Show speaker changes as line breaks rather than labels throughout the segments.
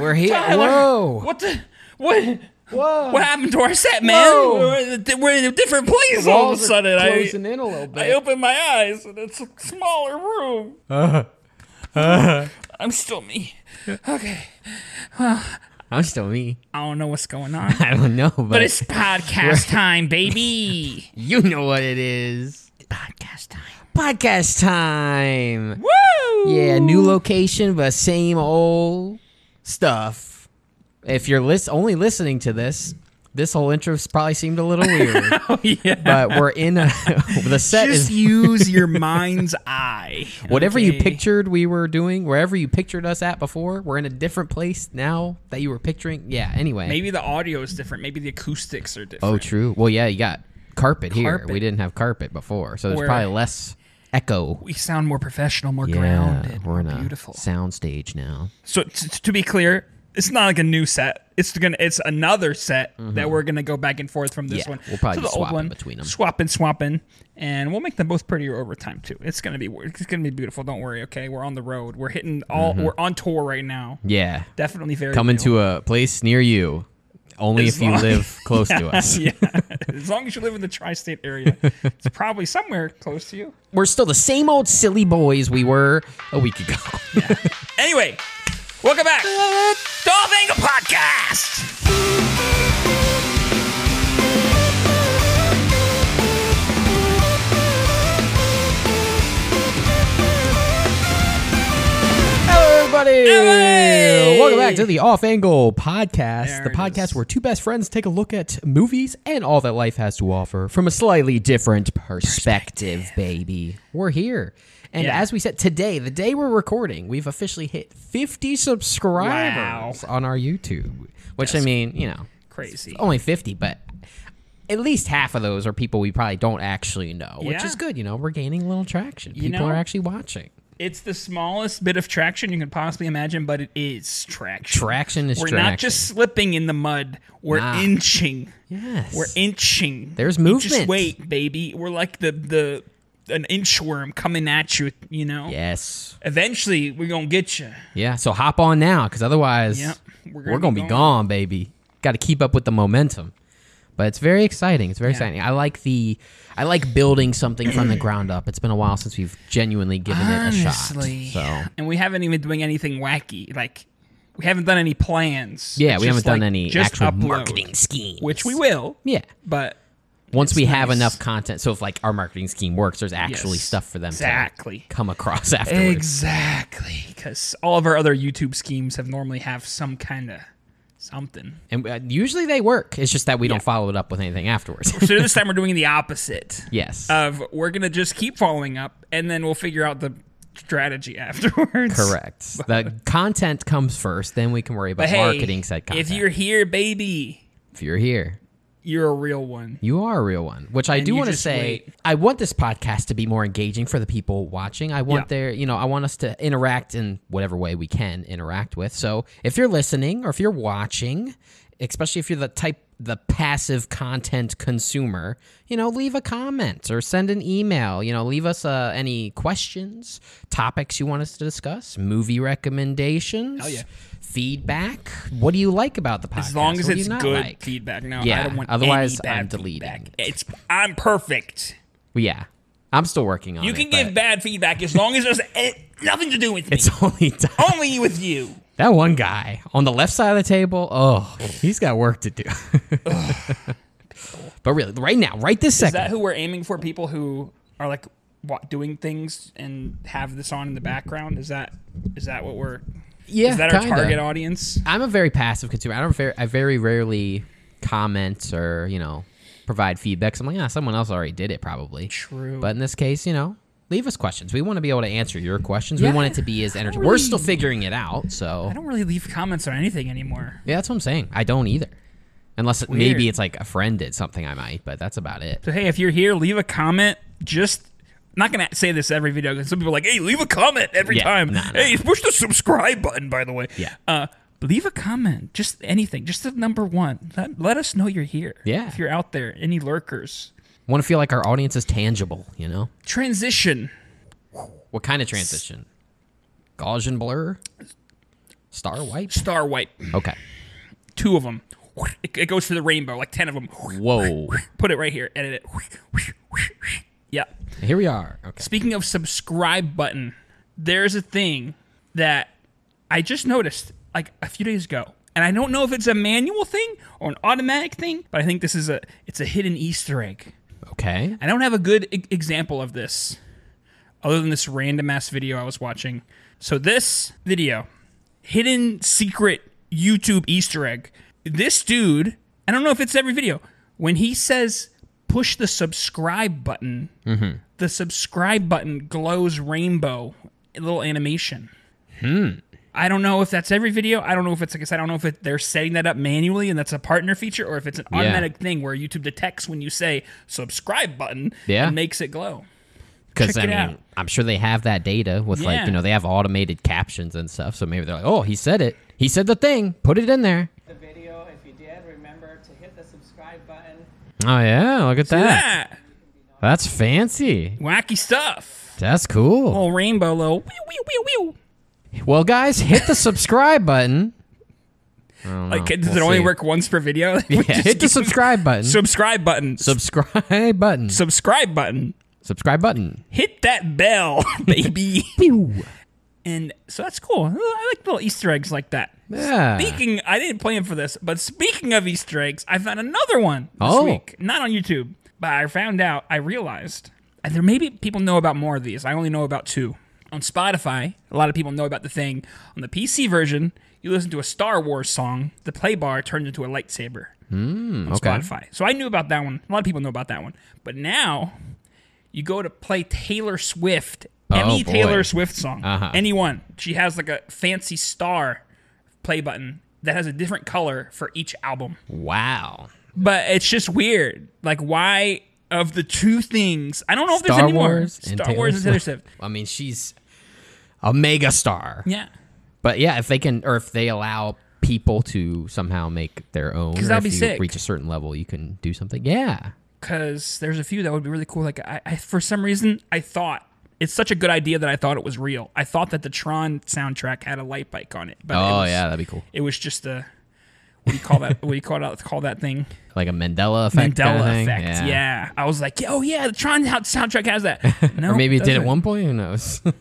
we're here.
Tyler,
Whoa.
What the? What?
Whoa.
What happened to our set, man?
Whoa.
We're, in a di- we're in a different place all of a
Walls are
sudden.
Closing
I,
in a little bit.
I open my eyes and it's a smaller room.
Uh,
I'm still me. Okay.
I'm still me.
I don't know what's going on.
I don't know, but,
But it's podcast time, baby.
you know what it is.
podcast time.
Podcast time.
Woo!
Yeah, new location, but same old stuff. If you're lis- only listening to this, this whole intro probably seemed a little weird.
Oh, yeah.
but we're in a the set
Just
is
use your mind's eye.
whatever you
okay?
pictured we were doing, wherever you pictured us at before. We're in a different place now that you were picturing. Yeah. Anyway.
Maybe the audio is different. Maybe the acoustics are different.
Oh, true. Well, yeah, you got carpet, here.
Carpet.
We didn't have carpet before, so there's
We're-
probably less echo.
we sound more professional, more
yeah,
grounded,
we're
more
in a
beautiful.
sound stage now.
So t- t- to be clear, it's not like a new set. It's gonna it's another set that we're gonna go back and forth from this
Mm-hmm. Yeah,
one.
we'll probably
to the
just
old
swap in
one,
between 'em.
Swapping, swapping, and we'll make them both prettier over time too. It's gonna be wor- it's gonna be beautiful. Don't worry. Okay, we're on the road. We're hitting all. We're on tour right now.
Yeah,
Definitely very
Mm-hmm. coming
new.
to a place near you, only
As
if you
long-
live close to us.
yeah. As long as you live in the tri-state area, it's probably somewhere close to you.
We're still the same old silly boys we were a week ago.
Anyway, welcome back. Dolph Angle Podcast.
Hello, everybody.
Hey!
Welcome back to the Off Angle Podcast,
There
the
it
podcast
is.
where two best friends take a look at movies and all that life has to offer from a slightly different perspective, baby. We're here. And
Yeah.
as we said today, the day we're recording, we've officially hit 50 subscribers on our YouTube, which I mean, you know,
Crazy.
only 50, but at least half of those are people we probably don't actually know, which
Yeah.
is good. You know, we're gaining a little traction. People
know?
are actually watching.
It's the smallest bit of traction you can possibly imagine, but it is traction.
Traction is
We're
traction.
not just slipping in the mud. We're
Nah.
inching.
Yes.
We're inching.
There's
You
movement.
Just wait, baby. We're like the the an inchworm coming at you. You know.
Yes.
Eventually, we're gonna get you.
Yeah. So hop on now, because otherwise
Yep,
we're
we're
gonna,
gonna
be,
be
gone.
gone.
baby. Got to keep up with the momentum. But it's very exciting. It's very exciting. I like the, I like building something from the ground up. It's been a while since we've genuinely given
Honestly.
it a shot. So
And we haven't even doing anything wacky. Like we haven't done any plans.
yeah,
It's
we haven't
just,
done
like,
any
just
actual
upload,
marketing schemes,
which we will.
Yeah.
But
Once we have
nice.
enough content, so if like our marketing scheme works, there's actually
Yes.
stuff for them
Exactly.
to come across afterwards.
Exactly, because all of our other YouTube schemes have normally have some kind of something.
and uh, usually they work. It's just that we don't follow it up with anything afterwards.
So this time we're doing the opposite.
yes.
Of we're gonna just keep following up, and then we'll figure out the strategy afterwards.
Correct. the content comes first, then we can worry about
But hey,
marketing said content.
if you're here, baby,
if you're here,
you're a real one.
you are a real one. Which I do
you
want to
just
say,
wait.
I want this podcast to be more engaging for the people watching. I want
Yeah.
their, you know, I want us to interact in whatever way we can interact with. So if you're listening or if you're watching, especially if you're the type the passive content consumer, you know, leave a comment or send an email. You know, leave us uh, any questions, topics you want us to discuss, movie recommendations,
Hell yeah.
feedback. What do you like about the podcast?
As long as
What do
it's
you not
good
like?
feedback. No, I
Yeah,
don't want
otherwise
any bad
I'm deleting
feedback. It's I'm perfect.
Yeah. I'm still working on
You
it.
can
but-
give bad feedback as long as there's eh, nothing to do with me.
It's only time.
only with you.
That one guy on the left side of the table, oh, he's got work to do. but really, right now, right this
Is that
second,
who we're aiming for? People who are like wa doing things and have this on in the background. Is that is that what we're?
yeah,
is that
kinda.
our target audience?
I'm a very passive consumer. I don't very, I very rarely comment or you know provide feedback. 'cause I'm like, ah, someone else already did it probably.
True.
But in this case, you know, leave us questions. We want to be able to answer your questions. We
Yeah.
want it to be as entertaining. We're still figuring it out, so
I don't really leave comments on anything anymore.
yeah, that's what I'm saying. I don't either, unless it,
Weird.
maybe it's like a friend did something. I might, but that's about it.
So hey, if you're here, leave a comment. Just I'm not gonna say this every video because some people are like, hey, leave a comment every
Yeah,
time.
nah, nah.
Hey, push the subscribe button. By the way,
Yeah.
Uh, leave a comment. Just anything. Just the number one. Let, let us know you're here.
Yeah.
If you're out there, any lurkers.
want to feel like our audience is tangible, you know?
Transition.
What kind of transition? Gaussian blur? Star Wipe?
Star White,
Okay.
two of them. It, it goes to the rainbow, like ten of them.
Whoa.
Put it right here. Edit it. Yeah.
Here we are. Okay.
Speaking of subscribe button, there's a thing that I just noticed like a few days ago. And I don't know if it's a manual thing or an automatic thing, but I think this is a it's a hidden Easter egg.
Okay.
I don't have a good e- example of this other than this random ass video I was watching. So this video, hidden secret YouTube Easter egg. This dude, I don't know if it's every video, when he says push the subscribe button, the subscribe button glows rainbow, a little animation. I don't know if that's every video. I don't know if it's like I said. I don't know if it, they're setting that up manually and that's a partner feature, or if it's an automatic thing where YouTube detects when you say subscribe button
Yeah.
and makes it glow.
Because
Check
I
it
mean,
out.
I'm sure they have that data with like
Yeah.
you know they have automated captions and stuff. So maybe they're like, oh, he said it. He said the thing. Put it in there.
the video. If you did, remember to hit the subscribe button.
Oh yeah, look at that.
Yeah,
That's fancy.
wacky stuff.
That's cool.
Little rainbow, little wee wee wee wee.
Well, guys, hit the subscribe button. I don't know.
Like, does it
We'll
only
see.
work once per video? We
Yeah,
just
hit the
keep-
subscribe button.
subscribe button.
subscribe button.
subscribe button.
subscribe button.
Hit that bell, baby.
Pew.
and so that's cool. I like little Easter eggs like that.
Yeah.
Speaking, I didn't plan for this, but speaking of Easter eggs, I found another one this
Oh.
week. Not on YouTube, but I found out, I realized, and there maybe people know about more of these. I only know about two. On Spotify, a lot of people know about the thing. On the PC version, you listen to a Star Wars song, the play bar turns into a lightsaber on
okay.
Spotify. So I knew about that one. A lot of people know about that one. But now you go to play Taylor Swift, any
Oh, boy.
Taylor Swift song,
Uh-huh.
any one. She has like a fancy star play button that has a different color for each album.
Wow.
But it's just weird. Like why of the two things? I don't know if there's
Star
any more.
Wars and
Star
Taylor
Wars and Taylor
Swift.
Swift.
I mean, she's a mega star.
Yeah.
But yeah, if they can, or if they allow people to somehow make their own, because
that'd
if
be
you
sick.
reach a certain level, you can do something. Yeah,
because there's a few that would be really cool. Like I, I, for some reason, I thought it's such a good idea that I thought it was real. I thought that the Tron soundtrack had a light bike on it, but it
Oh,
was,
yeah, that'd be cool.
It was just a what do you call that? what do you call that? Call that thing
like a Mandela effect. kinda
Mandela
thing.
effect. Yeah. I was like, oh yeah, the Tron ho- soundtrack has that. No,
Or maybe it did at
doesn't.
one point. Who knows?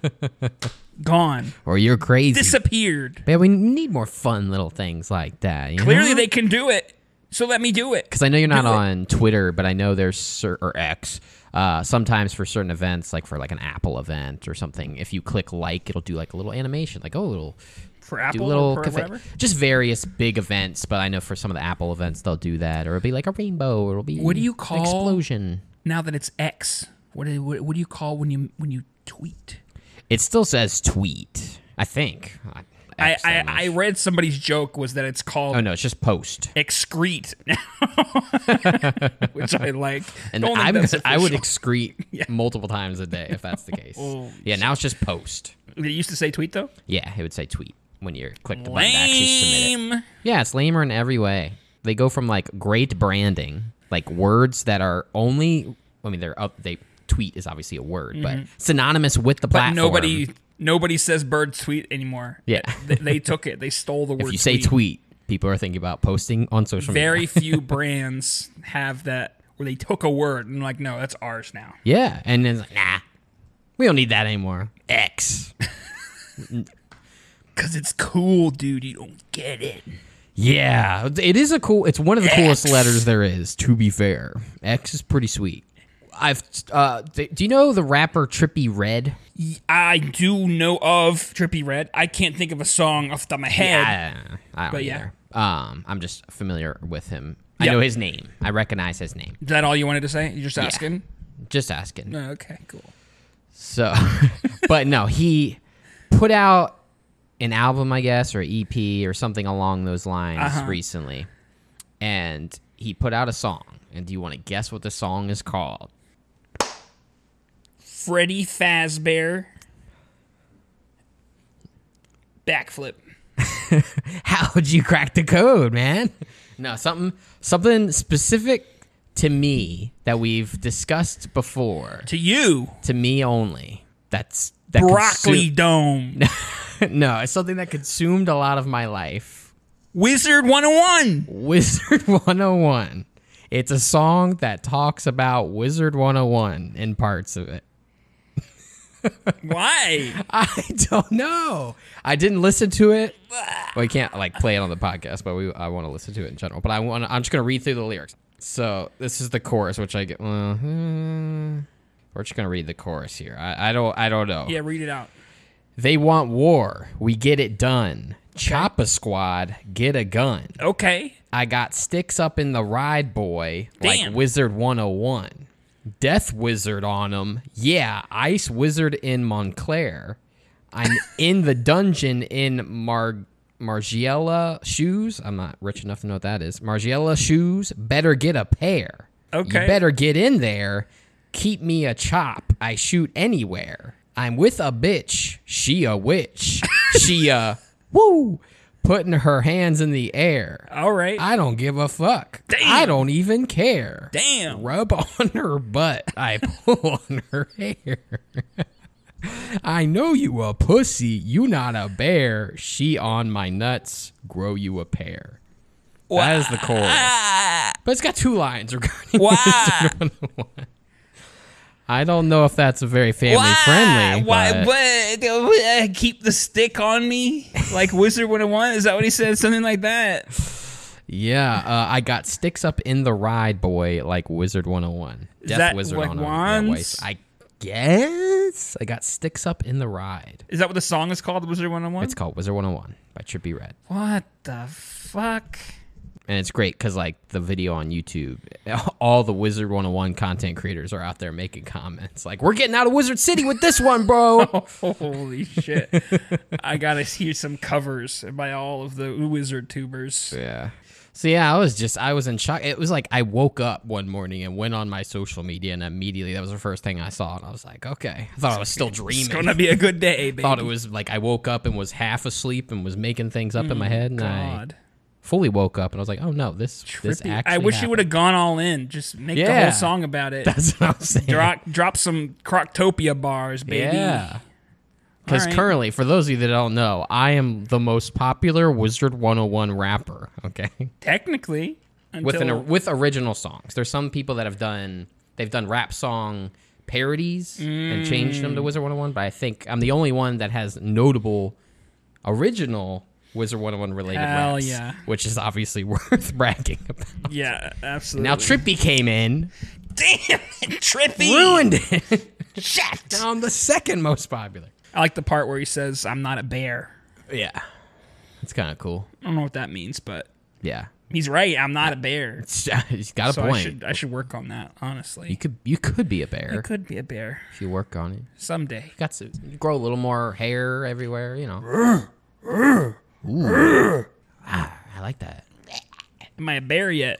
Gone,
or you're crazy.
disappeared.
Man, we need more fun little things like that.
Clearly, they can do it. So let me do it.
because I know you're not
do it.
on Twitter, but I know there's cer- or X. Uh, sometimes for certain events, like for like an Apple event or something, if you click like, it'll do like a little animation, like oh, little
For
do
Apple,
little
or for
cafe-
whatever.
just various big events but i know for some of the apple events they'll do that or it'll be like a rainbow or it'll be
What do you
an
call-
explosion
Now that it's X, what do, what, what do you call when you when you tweet?
it still says tweet i think I-
I,
X
I,
don't know.
I read somebody's joke was that it's called
oh no it's just post
excrete, which I like.
and
Don't think
I'm,
that's
i would
official.
excrete multiple times a day if that's the case
Oh,
yeah now it's just post
They used to say tweet though.
yeah it would say tweet when you click the button to actually submit it
Lame.
yeah it's lamer in every way they go from like great branding like words that are only i mean they're up they tweet is obviously a word but synonymous with the
Mm-hmm. But
platform
nobody nobody says bird tweet anymore.
Yeah.
they, they took it. They stole the word.
If you say tweet, people are thinking about posting on social
very
media.
few brands have that where they took a word and like no, that's ours now.
Yeah, and then it's like, nah, we don't need that anymore. X.
Cause it's cool, dude. You don't get it.
Yeah, it is a cool. It's one of the coolest
X.
letters there is. To be fair, X is pretty sweet. I've. Uh, th- do you know the rapper Trippy Red?
I do know of Trippy Red. I can't think of a song off the top of my head.
I, I don't
But yeah.
either. Um, I'm just familiar with him. I
Yep.
know his name. I recognize his name.
Is that all you wanted to say? You're just asking?
Just asking.
No, okay, cool.
So, but no, he put out an album, I guess, or EP or something along those lines
Uh-huh.
recently. And he put out a song. And do you want to guess what the song is called?
Freddy Fazbear backflip.
How'd you crack the code, man? No, something something specific to me that we've discussed before.
To you,
To me only. That's that
broccoli
consu-
dome.
no, it's something that consumed a lot of my life.
Wizard 101.
Wizard 101. It's a song that talks about Wizard 101 in parts of it.
Why?
I don't know. I didn't listen to it. Well, I can't like play it on the podcast, but we I want to listen to it in general. But I want I'm just gonna read through the lyrics. So this is the chorus, which I get. Well, hmm, we're just gonna read the chorus here. I, I don't I don't know.
Yeah, read it out.
They want war. We get it done. Chop a squad. Get a gun.
Okay.
I got sticks up in the ride, boy,
Damn.
like Wizard 101. Death Wizard on 'em. Yeah, Ice Wizard in Montclair. I'm in the dungeon in Mar- Margiela shoes. I'm not rich enough to know what that is. Margiela shoes. Better get a pair.
Okay.
You better get in there. Keep me a chop. I shoot anywhere. I'm with a bitch. She a witch. she a woo. Putting her hands in the air.
All right.
I don't give a fuck. I don't even care.
Damn.
Rub on her butt. I pull on her hair. I know you a pussy. You not a bear. She on my nuts. Grow you a pair. That is the chorus. But it's got two lines regarding.
Why?
I don't know if that's a very family friendly.
Why?
but-
But, uh, keep the stick on me, like Wizard 101. Is that what he said? Something like that.
Yeah, uh, I got sticks up in the ride, boy, like Wizard 101. Death
that
Wizard
like
on a- yeah, wait,
wands?
I guess I got sticks up in the ride.
Is that what the song is called? Wizard 101.
It's called Wizard 101 by Trippy Red.
what the fuck?
And it's great because, like, the video on YouTube, all the Wizard 101 content creators are out there making comments. Like, we're getting out of Wizard City with this one, bro.
Holy shit! I gotta hear some covers by all of the Wizard tubers.
yeah. So, yeah, I was just, I was in shock. It was like I woke up one morning and went on my social media, and immediately that was the first thing I saw. And I was like, okay. I thought I was still dreaming.
It's gonna be a good day, baby.
thought it was like I woke up and was half asleep and was making things up in my head, and I
Mm, God.
fully woke up and I was like, "Oh no, this this
Trippy.
actually."
I wish you
happened.
would have gone all in. Just make the
Yeah.
whole song about it.
That's what I'm saying.
drop, drop some Croctopia bars, baby.
Yeah. Because
Alright.
currently, for those of you that don't know, I am the most popular Wizard 101 rapper. Okay,
Technically, until
with an with original songs. There's some people that have done they've done rap song parodies and changed
Mm.
them to Wizard 101, but I think I'm the only one that has notable original Wizard 101 related
Hell
raps,
yeah.
which is obviously worth bragging about.
yeah, absolutely.
er- Now Trippy came in,
damn it, trippy.
ruined it.
Shit.
on the second most popular.
I like the part where he says, "I'm not a bear."
Yeah, it's kind of cool.
I don't know what that means, but
Yeah,
he's right. I'm not a bear,
he's got a
so I
point.
should I should work on that. Honestly,
You could you could be a bear
I could be a bear
if you work on it. You
someday.
got to you grow a little more hair everywhere. You know. Ooh. Ah, I like that.
Am I a bear yet?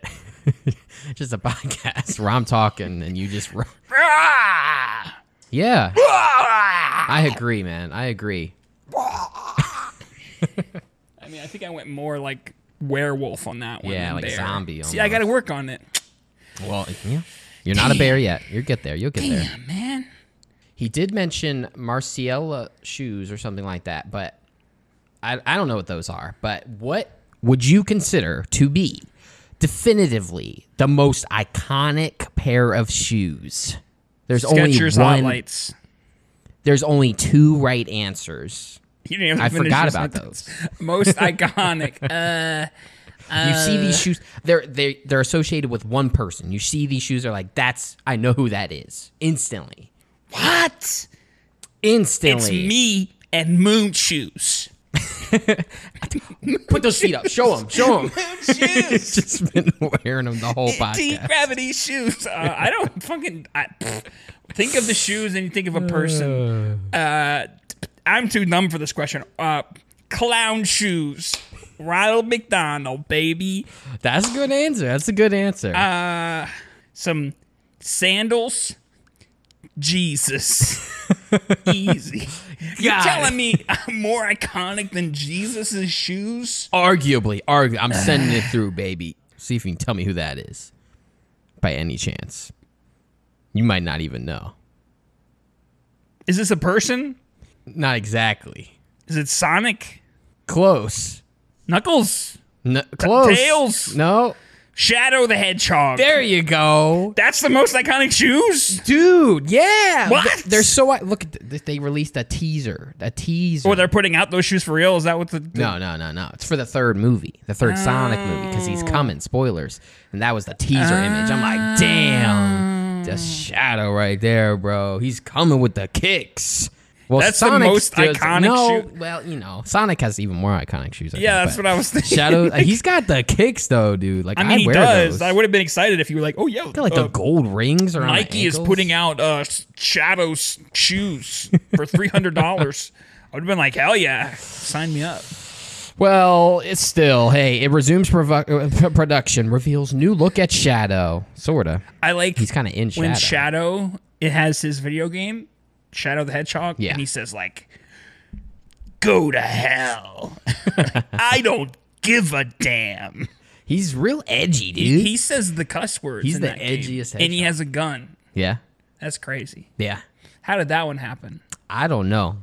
It's Just a podcast where I'm talking and you just. ru-
Ah!
Yeah,
Ah!
I agree, man. I agree.
I mean, I think I went more like werewolf on that one.
Yeah,
than
like
bear.
zombie
See, I got to
almost.
work on it.
Well, yeah. You're not a bear yet. You'll get there. You'll get there.
Yeah, man.
He did mention Marciela shoes or something like that, but I, I don't know what those are. But what would you consider to be definitively the most iconic pair of shoes? There's only
Skechers
one.
highlights.
There's only two right answers.
You didn't even
I
finish
forgot
your
about
sentence. Most iconic. Uh,
you see these shoes; they're they they're associated with one person. You see these shoes; are like, that's I know who that is instantly.
what? It's
Instantly,
me and moon shoes.
put those feet up. Show them. Show them.
Shoes.
Just been wearing them the whole
Deep
podcast.
gravity shoes. Uh, I don't fucking I, pfft. think of the shoes and you think of a person. Uh, I'm too numb for this question. Uh, clown shoes. Ronald McDonald, baby.
That's a good answer. That's a good answer.
Uh, Some sandals. Jesus. Easy. You're
God.
telling me I'm more iconic than Jesus' shoes?
arguably, argu- I'm sending it through, baby. See if you can tell me who that is. By any chance, you might not even know.
Is this a person?
Not exactly.
Is Is it Sonic?
Close.
Knuckles?
N- close.
Tails.
No.
Shadow the Hedgehog.
There you go.
That's the most iconic shoes?
Dude, yeah.
What?
Th- They're so look. th- They released a teaser. A teaser.
Or they're putting out those shoes for real? Is that what the. the-
no, no, no, no. It's for the third movie, the third Sonic movie, because he's coming. Spoilers. And that was the teaser image. I'm like, damn, the shadow right there, bro. He's coming with the kicks. Well,
That's the most iconic
No,
shoe-
well, you know, Sonic has even more iconic shoes. I
Yeah,
think,
that's
but
what I was thinking.
Shadow, he's got the kicks though, dude. Like
I
I
mean, he
wear
does.
Those.
I would have been excited if you were like, oh, yeah.
Got like
uh,
the gold rings around.
Nike is putting out uh, s- Shadow's shoes for $300. I would have been like, hell yeah, sign me up.
Well, it's still hey. It resumes provo- uh, production, reveals new look at Shadow. Sorta.
I like
He's kind of in
when
Shadow.
Shadow it has his video game, Shadow the Hedgehog,
Yeah.
and he says like, "Go to hell! I don't give a damn."
He's real edgy, dude.
He says the cuss words.
He's
in
the
that game,
edgiest
and he
hedgehog.
has a gun.
yeah,
That's crazy.
yeah.
How did that one happen?
I don't know.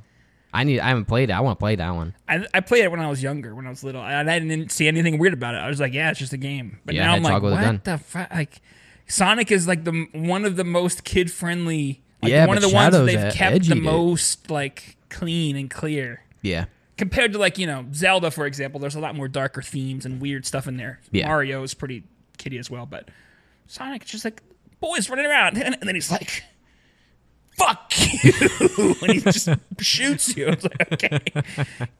I need. I haven't played it. I want to play that one.
I, I played it when I was younger, when I was little, and I didn't see anything weird about it. I was like, "Yeah, it's just a game." But
Yeah,
now I'm like,
hedgehog with a gun.
"What the fuck?" Like, Sonic is like the m- one of the most kid friendly. Like,
Yeah,
one of
but
the ones that
Shadow's
they've
a-
kept
edgy,
the
dude.
most like clean and clear.
Yeah,
compared to like you know Zelda for example, there's a lot more darker themes and weird stuff in there.
Yeah.
Mario is pretty kiddie as well, but Sonic is just like boys running around, and then he's like, "Fuck you," and he just shoots you. I was like, okay,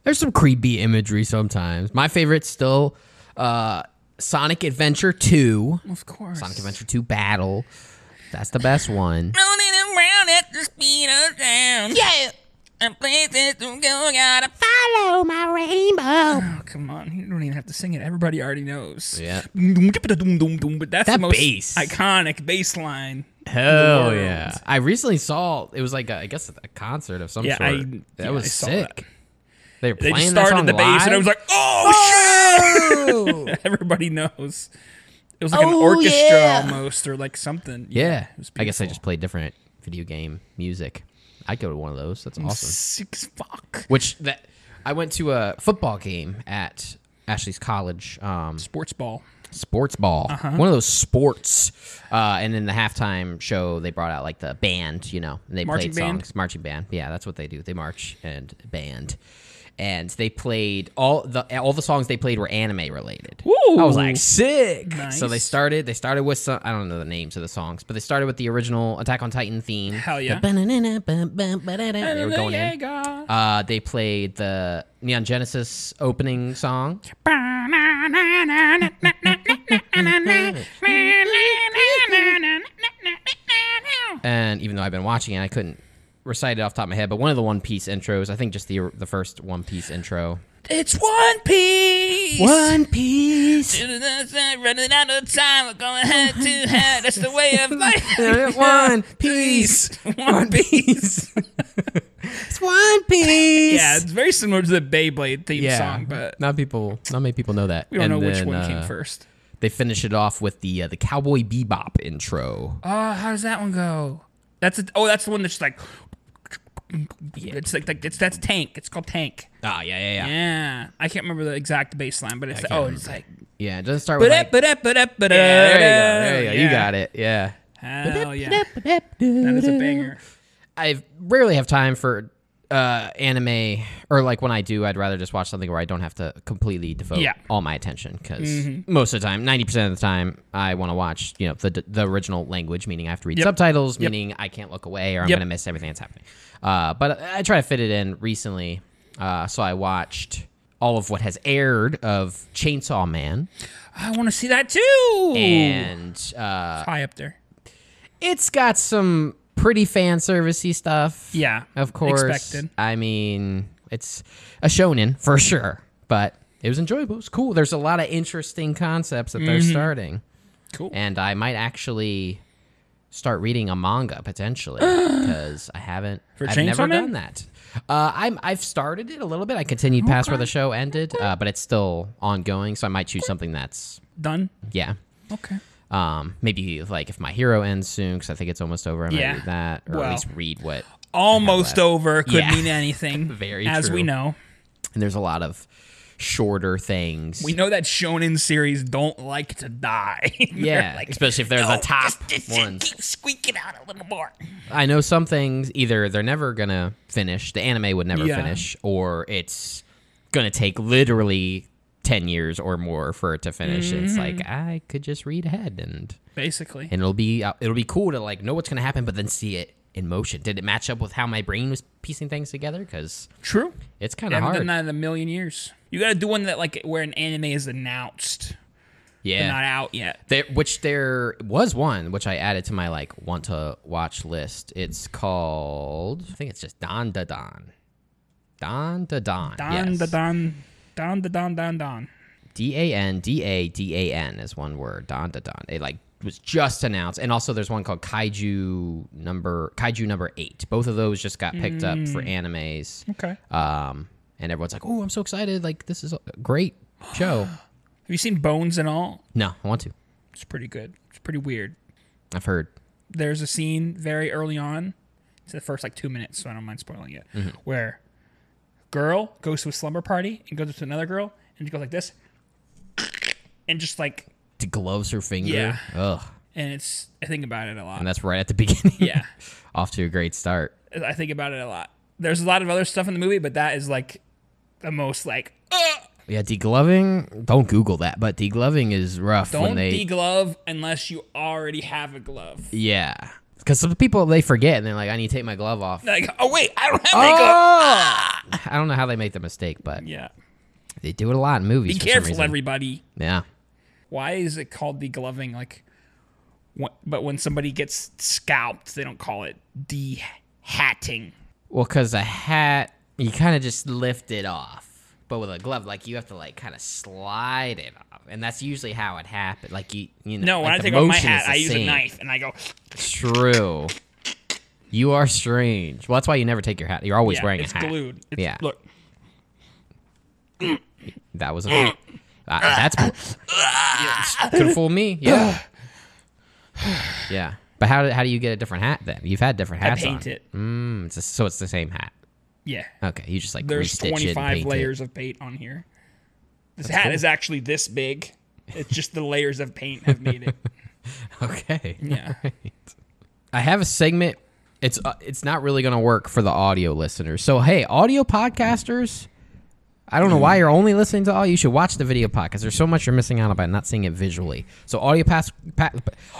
there's some creepy imagery sometimes. My favorite still, uh, Sonic Adventure Two.
of course.
Sonic Adventure Two Battle. That's the best one.
Running around at the speed of sound. Yeah. And places to go, gotta follow my rainbow.
Oh, come on, you don't even have to sing it. Everybody already knows.
Yeah.
But that's the
That
most
bass.
iconic bass line.
Hell
world.
yeah! I recently saw it was like a, I guess a concert of some
Yeah,
sort.
I-
that
yeah, I
was
saw
sick.
that.
They were
They
playing
just
that
started
song
the bass, and I was like, "Oh,
"Oh!"
shit!" Everybody knows. It was like an
Oh,
orchestra
yeah.
almost, or like something.
yeah,
it was
I guess I just
beautiful.
played different video game music. I'd go to one of those. That's awesome.
six fuck
Which that I went to a football game at Ashley's college. Um, Uh-huh.
sports ball.
sports ball, one of those sports. Uh, and in the halftime show, they brought out like the band, you know, and they
Marching
played
band?
songs, marching band. Yeah, that's what they do. They march and band, and they played all the all the songs they played were anime related. I was like sick. So they
Nice.
started. They started with some. I don't know the names of the songs, but they started with the original Attack on Titan theme.
Hell yeah.
They were going in.
Noriega.
Uh, they played the Neon Genesis opening song. and even though I've been watching it, I couldn't recite it off the top of my head. But one of the One Piece intros, I think just the the first One Piece intro.
It's One Piece.
Piece,
Running out of time, we're going head to head. That's the way of life.
One Piece,
One Piece.
it's One Piece.
yeah, it's very similar to the Beyblade theme
yeah.
song, but
not people, not many people know that.
we don't
And
know which
then,
one came
uh,
first.
They finish it off with the uh, the Cowboy Bebop intro.
Oh, how does that one go? That's a, oh, that's the one that's like. It's like, like it's that's tank. It's called tank.
Ah, yeah, yeah, yeah.
Yeah, I can't remember the exact bass line, but it's
can't
oh, it's like.
Yeah, it doesn't start with.
But
Like,
up, but up, but up, but up.
yeah, there you go, there you go. You got it. Yeah.
Hell Oh, yeah, that is a banger.
I rarely have time for uh anime or like when I do I'd rather just watch something where I don't have to completely devote
Yeah. Mm-hmm.
all my attention cuz most of the time 90% of the time I want to watch you know the the original language meaning I have to read subtitles meaning I can't look away or I'm
Yep.
going to miss everything that's happening. Uh but I, I try to fit it in recently. Uh so I watched all of what has aired of Chainsaw Man
I want to see that too.
and uh
high up there.
it's got some pretty fan servicey stuff.
Yeah,
Of course.
expected.
I mean, it's a shonen for sure, but it was enjoyable. It was cool. There's a lot of interesting concepts that they're starting.
Mm-hmm. Cool.
And I might actually start reading a manga potentially because I haven't. I've never
Chainsaw Man?
done that. Uh, I'm I've started it a little bit. I continued past where the show ended, uh, but it's still ongoing. So I might choose something that's
Done.
yeah.
Okay.
Um, maybe like if my hero ends soon because I think it's almost over. I might
Yeah.
read that or
Well.
at least read what.
Almost over. Could
Yeah.
mean anything.
Very
As
true.
we know.
And there's a lot of shorter things.
We know that shonen series don't like to die. They're
yeah,
like,
especially if they're
"No,
the top
just- just
ones.
Keep squeaking out a little more.
I know some things either they're never gonna finish, the anime would never
Yeah.
finish, or it's gonna take literally ten years or more for it to finish. It's
Mm-hmm.
like I could just read ahead and
Basically.
and it'll be uh, it'll be cool to like know what's gonna happen, but then see it in motion. Did it match up with how my brain was piecing things together? Because
True.
it's kind
I
of
haven't
hard.
done that in a million years. You got to do one that like where an anime is announced, but
yeah,
not out yet.
There, which there was one which I added to my like want to watch list. It's called I think it's just Don Da Don, Don Da Don,
Don da don, don da don don don.
D A N D A D A N is one word. Don Da Don. It like was just announced, and also there's one called Kaiju number Kaiju number eight. Both of those just got picked up for
Mm.
animes.
Okay. Have
Um, and everyone's like, "Oh, I'm so excited! Like this is a great show."
you seen Bones and all?
no, I want to.
It's pretty good. It's pretty weird.
I've heard.
there's a scene very early on. It's the first like two minutes, so I don't mind spoiling it.
Mm-hmm.
Where girl goes to a slumber party and goes up to another girl and she goes like this, and just like,
Gloves her finger.
Yeah.
Ugh.
and it's I think about it a lot.
And that's right at the beginning.
Yeah,
off to a great start.
I think about it a lot. There's a lot of other stuff in the movie, but that is like the most like. Ugh!
Yeah, degloving. Don't Google that, but degloving is rough
Don't
when they.
deglove unless you already have a glove.
yeah, because some people they forget and they're like, "I need to take my glove off."
Like, oh wait, I don't have any glove.
I don't know how they make the mistake, but
Yeah,
they do it a lot in movies.
be
for some
careful,
reason.
everybody.
Yeah,
why is it called degloving? Like, wh- but when somebody gets scalped, they don't call it de-hatting.
well, because a hat you kind of just lift it off, but with a glove, like you have to like kind of slide it off, and that's usually how it happens. Like you, you know.
No, when
like
I
the
take off my
motion is
hat,
the
I use a
same.
knife and I go.
True. You are strange. Well, that's why you never take your hat. You're always
Yeah,
wearing a
it's
hat.
glued. It's,
Yeah.
Look,
That was a fool. Uh, that's could have fooled me. Yeah. yeah. But how do, how do you get a different hat then? You've had different
I
hats.
paint
on.
it.
Mm, it's a- so it's the same hat.
Yeah,
Okay, you just like
there's
restitch it and
25
paint it.
layers of paint on here. This hat is actually this big. It's just the layers of paint have made it.
Okay.
Yeah.
I have a segment. It's uh, it's not really going to work for the audio listeners. So hey, audio podcasters, I don't know why you're only listening to all. You should watch the video podcast. There's so much you're missing out by not seeing it visually. So audio pass, pa,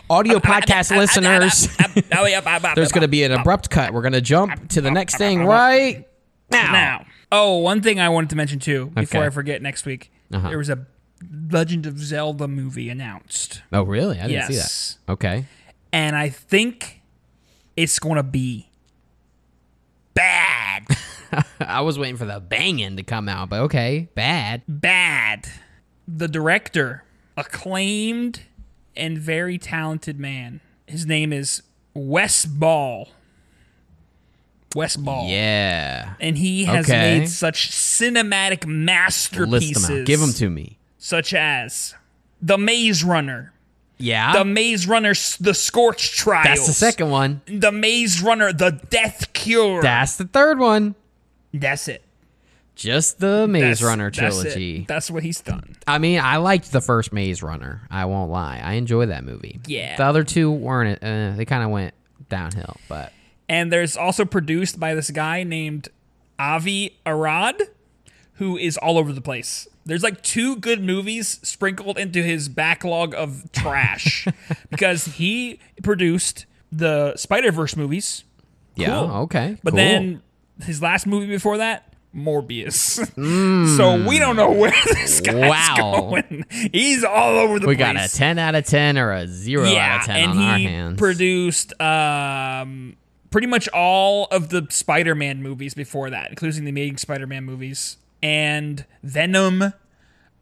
audio podcast listeners. There's
There's
going to be an abrupt cut. We're going to jump to the next thing right now.
now. Oh, one thing I wanted to mention too before
Okay.
I forget next week.
Uh-huh.
There was a Legend of Zelda movie announced,
Oh, really? I
Yes.
didn't see that. Okay.
and I think it's gonna be bad,
I was waiting for the banging to come out, but okay. Bad.
bad. The director, acclaimed and very talented man. His name is Wes Ball. Wes Ball.
Yeah.
And he has
Okay.
made such cinematic masterpieces.
List them out. Give them to me.
Such as The Maze Runner,
Yeah.
The Maze Runner, s- The Scorch Trials.
That's the second one.
The Maze Runner, The Death Cure.
That's the third one.
that's it.
Just the Maze
That's-
Runner
that's it.
trilogy.
That's what he's done.
I mean, I liked the first Maze Runner. I won't lie. I enjoy that movie.
Yeah.
The other two weren't. Uh, they kind of went downhill, but
And there's also produced by this guy named Avi Arad, who is all over the place. There's like two good movies sprinkled into his backlog of trash because he produced the Spider Verse movies,
yeah.
Cool.
Okay.
but
cool.
then his last movie before that, Morbius. so we don't know where this guy's
Hmm. Wow.
going. He's all over the
we
place.
got a ten out of ten or a zero out of ten
and
on
he
our hands.
produced um, pretty much all of the Spider-Man movies before that, including the Amazing Spider-Man movies and Venom,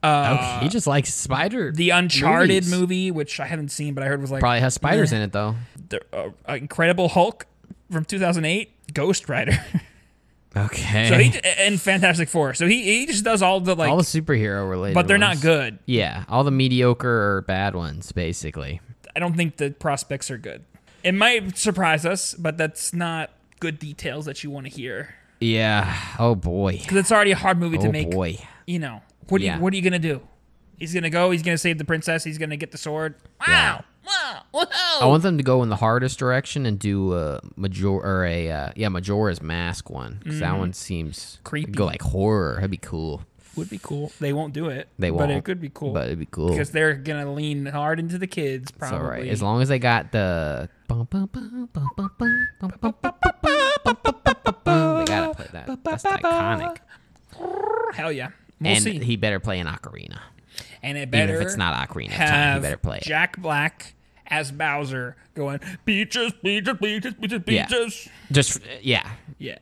Okay, he just likes spider.
uh, the Uncharted
movies.
movie, which I haven't seen but I heard was like
probably has spiders in it though.
the, uh, Incredible Hulk from 2008, Ghost Rider,
Okay.
so he, and Fantastic Four. So he he just does all the like,
all the superhero related,
but they're not
ones.
good.
Yeah, all the mediocre or bad ones, basically.
I don't think the prospects are good. It might surprise us, but that's not good details that you want to hear.
Yeah. Oh boy.
because it's already a hard movie to
Oh
make.
boy.
You know what? Are
Yeah.
you, what are you gonna do? He's gonna go. He's gonna save the princess. He's gonna get the sword.
Wow. Wow. Whoa.
Oh.
I want them to go in the hardest direction and do a major or a uh, yeah Majora's Mask one because that one seems
Mm. Creepy.
Go like horror. That'd be cool.
Would be cool. They won't do it.
They
But it
won't,
could be cool.
But it'd be cool.
because they're gonna lean hard into the kids.
it's
Probably.
all right as long as they got the. bum, bum, bum, bum, bum, bum, bum, bum, bum, bum, bum, bum, bum, bum, bum. They gotta play that. That's iconic.
Hell yeah. We'll
And
see.
he better play an ocarina,
and it
even
better
if it's not ocarina of time.
have
He better play it.
Jack Black as Bowser going peaches, peaches, peaches, peaches,
Yeah.
peaches.
Just yeah.
Yeah.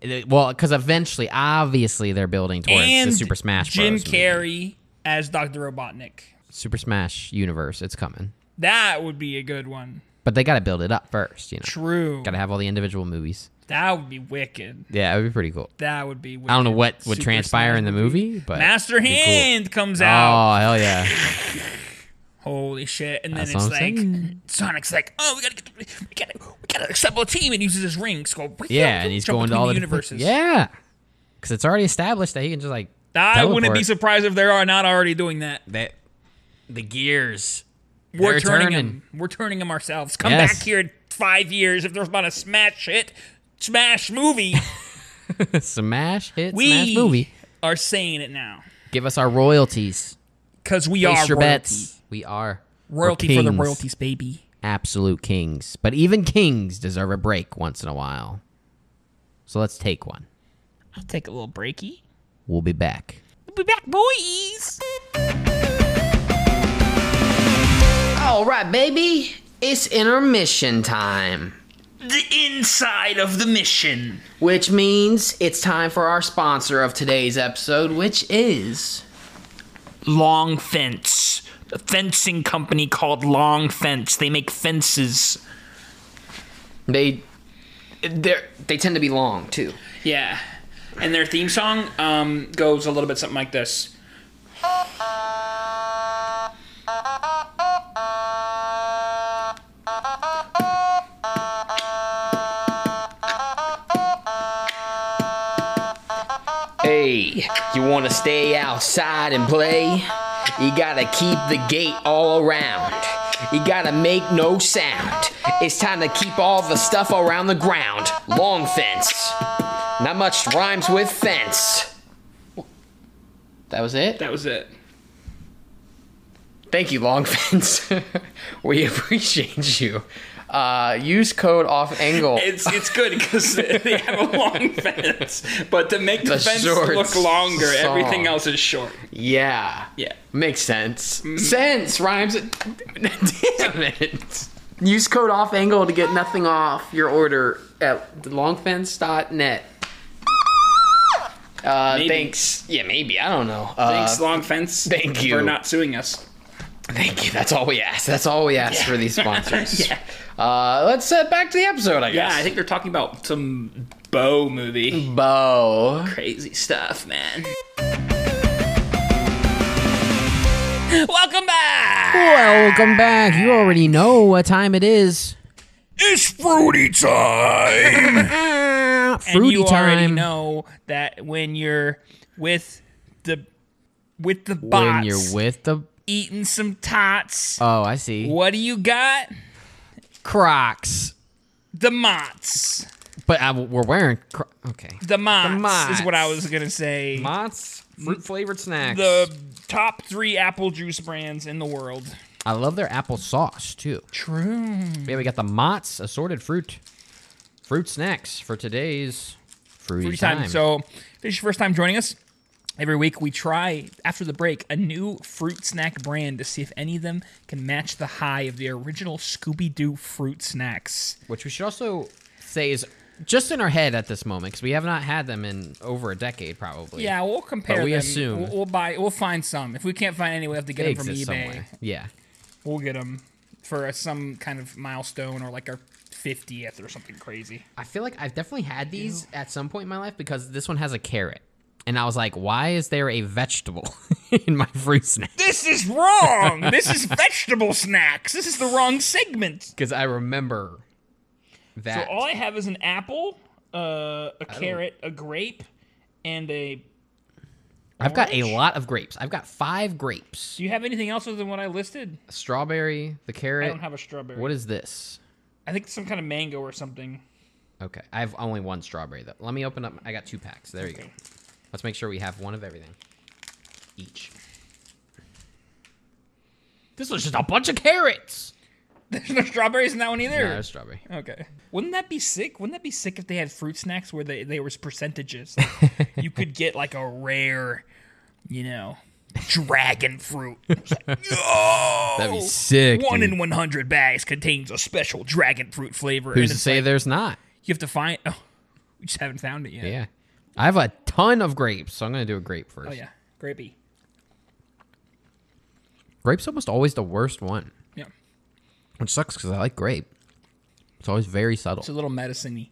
It- Well, because eventually, obviously, they're building towards
And
the Super Smash Bros.
Jim
movie.
Carrey as Doctor Robotnik.
Super Smash universe. It's coming.
That would be a good one.
But they got to build it up first, you know.
True.
Got to have all the individual movies.
That would be wicked.
Yeah, it would be pretty cool.
That would be. Wicked.
I don't know what would
Super
transpire
Smash
in the
movie.
movie, but
Master
it'd be cool.
Hand comes out.
Oh hell yeah!
Holy shit! And then
That's
it's
what I'm
like
saying.
Sonic's like, oh, we gotta get, the, we gotta, we gotta assemble a team, and uses his rings. Go,
Yeah, and he's
jump
going to
between
all the different-
universes.
Yeah, because it's already established that he can just like.
I wouldn't be
teleport.
surprised if they are not already doing that.
that the gears.
We're
They're
turning
turning.
them. We're turning them ourselves. Come
Yes.
back here in five years if there's not a smash hit, smash movie.
Smash hit
We
smash movie.
are saying it now
Give us our royalties.
because we are
Place your
royalty.
bets. We are We're
Royalty for the
kings.
royalties, baby.
Absolute kings, but even kings deserve a break once in a while. So let's take one.
I'll take a little breaky.
We'll be back.
We'll be back, boys.
All right, baby. It's intermission time,
The inside of the mission.
which means it's time for our sponsor of today's episode, which is
Long Fence. A fencing company called Long Fence. They make fences.
they they they tend to be long too.
Yeah. And their theme song um, goes a little bit something like this.
Hey, you want to stay outside and play? You gotta keep the gate all around. You gotta make no sound. It's time to keep all the stuff around the ground. Long fence. Not much rhymes with fence. That was it?
That was it.
Thank you, Long Fence. we appreciate you. Uh, use code off angle.
It's it's good because they have a long fence, but to make the,
The
fence
short
look longer,
song.
everything else is short.
Yeah.
Yeah. Mm-hmm.
Makes sense. Sense rhymes. Damn it. Use code off angle to get nothing off your order at longfence.net. Uh,
Maybe.
thanks. Yeah, maybe. I don't know. Uh,
Thanks, long fence.
thank you.
for not suing us.
Thank you. That's all we ask. That's all we ask for these sponsors.
Yeah.
Uh, let's uh, back to the episode, I
Yeah,
guess.
I think they're talking about some bow movie.
Bo.
Crazy stuff, man.
Welcome back.
Welcome back. You already know what time it is.
It's fruity time. and
Fruity
you already
time.
know that when you're with the with the bots,
When you're with the.
eating some tots.
Oh, I see.
what do you got?
Crocs.
The mots.
But I, we're wearing. Cro- okay.
The mots,
mots.
is what I was gonna say.
Mott's fruit flavored snacks.
the top three apple juice brands in the world.
I love their apple sauce too.
True.
Yeah, we got the Mott's assorted fruit, fruit snacks for today's fruity,
Free time. So, if this is your first time joining us, every week we try, after the break, a new fruit snack brand to see if any of them can match the high of the original Scooby Doo fruit snacks.
which we should also say is just in our head at this moment because we have not had them in over a decade probably.
Yeah, we'll compare
But we
them.
assume-
We'll, we'll buy. We'll find some. If we can't find any, we will have to get
they
them from
exist
eBay.
somewhere. Yeah,
We'll get them for uh, some kind of milestone or like our fiftieth or something crazy.
I feel like I've definitely had these at some point in my life because this one has a carrot, and I was like, why is there a vegetable in my fruit snack?
This is wrong. this is vegetable snacks. This is the wrong segment.
Because I remember that.
So all I have is an apple, uh,
Oh.
a carrot, a grape, and a. Do
I've got a
Orange?
lot of grapes. I've got five grapes.
you have anything else other than what I listed?
Strawberry, the carrot.
I don't have a strawberry.
What is this?
I think it's some kind of mango or something.
Okay, I have only one strawberry though. Let me open up. I got two packs. There you go. Let's make sure we have one of everything. Each. This was just a bunch of carrots.
There's no strawberries in that one either.
Yeah, there's strawberry.
Okay. Wouldn't that be sick? Wouldn't that be sick if they had fruit snacks where they they was percentages? you could get like a rare, you know, dragon fruit. It's like, "Yo!
That'd be sick,
Oh, One
dude.
in one hundred bags contains a special dragon fruit flavor. and
Who's to
it's
say
like,
there's not?
you have to find? Oh, we just haven't found it yet.
Yeah. I have a ton of grapes, so I'm gonna do a grape first.
Oh yeah, grapey.
Grape's almost always the worst one,
Yeah,
which sucks because I like grape. It's always very subtle.
it's a little medicine-y.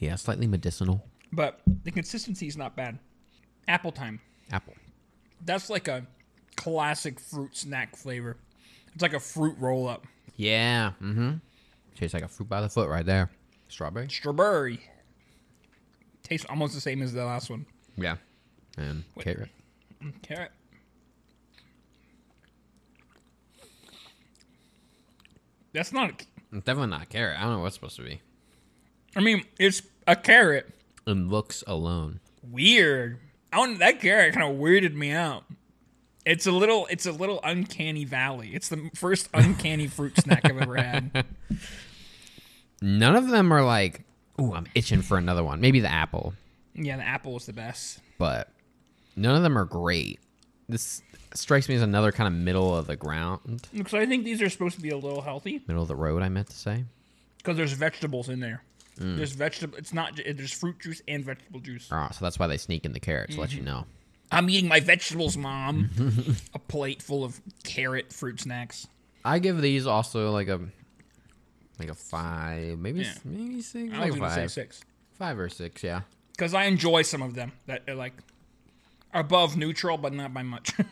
yeah, slightly medicinal.
but the consistency is not bad. Apple time.
Apple.
That's like a classic fruit snack flavor. It's like a fruit roll up.
Yeah. Mm-hmm. Tastes like a fruit by the foot right there. Strawberry.
Strawberry. Tastes almost the same as the last one.
Yeah. And carrot.
Carrot. That's not.
It's definitely not a carrot. I don't know what's supposed to be.
I mean, it's a carrot.
And looks alone.
Weird. I don't, that carrot kind of weirded me out. It's a little. It's a little uncanny valley. It's the first uncanny fruit snack I've ever had.
None of them are like, ooh, I'm itching for another one. Maybe the apple,
Yeah, the apple was the best.
but none of them are great. This strikes me as another kind of middle of the ground,
So I think these are supposed to be a little healthy
middle of the road, I meant to say.
because there's vegetables in there. There's vegetable. It's not. ju- There's fruit juice and vegetable juice.
Ah, so that's why they sneak in the carrot to let you know.
I'm eating my vegetables, mom. a plate full of carrot fruit snacks.
I give these also like a like a five, maybe
Yeah.
s- maybe six,
I
like
was
a
gonna say
five,
six
five or six, yeah.
because I enjoy some of them that are like above neutral, but not by much.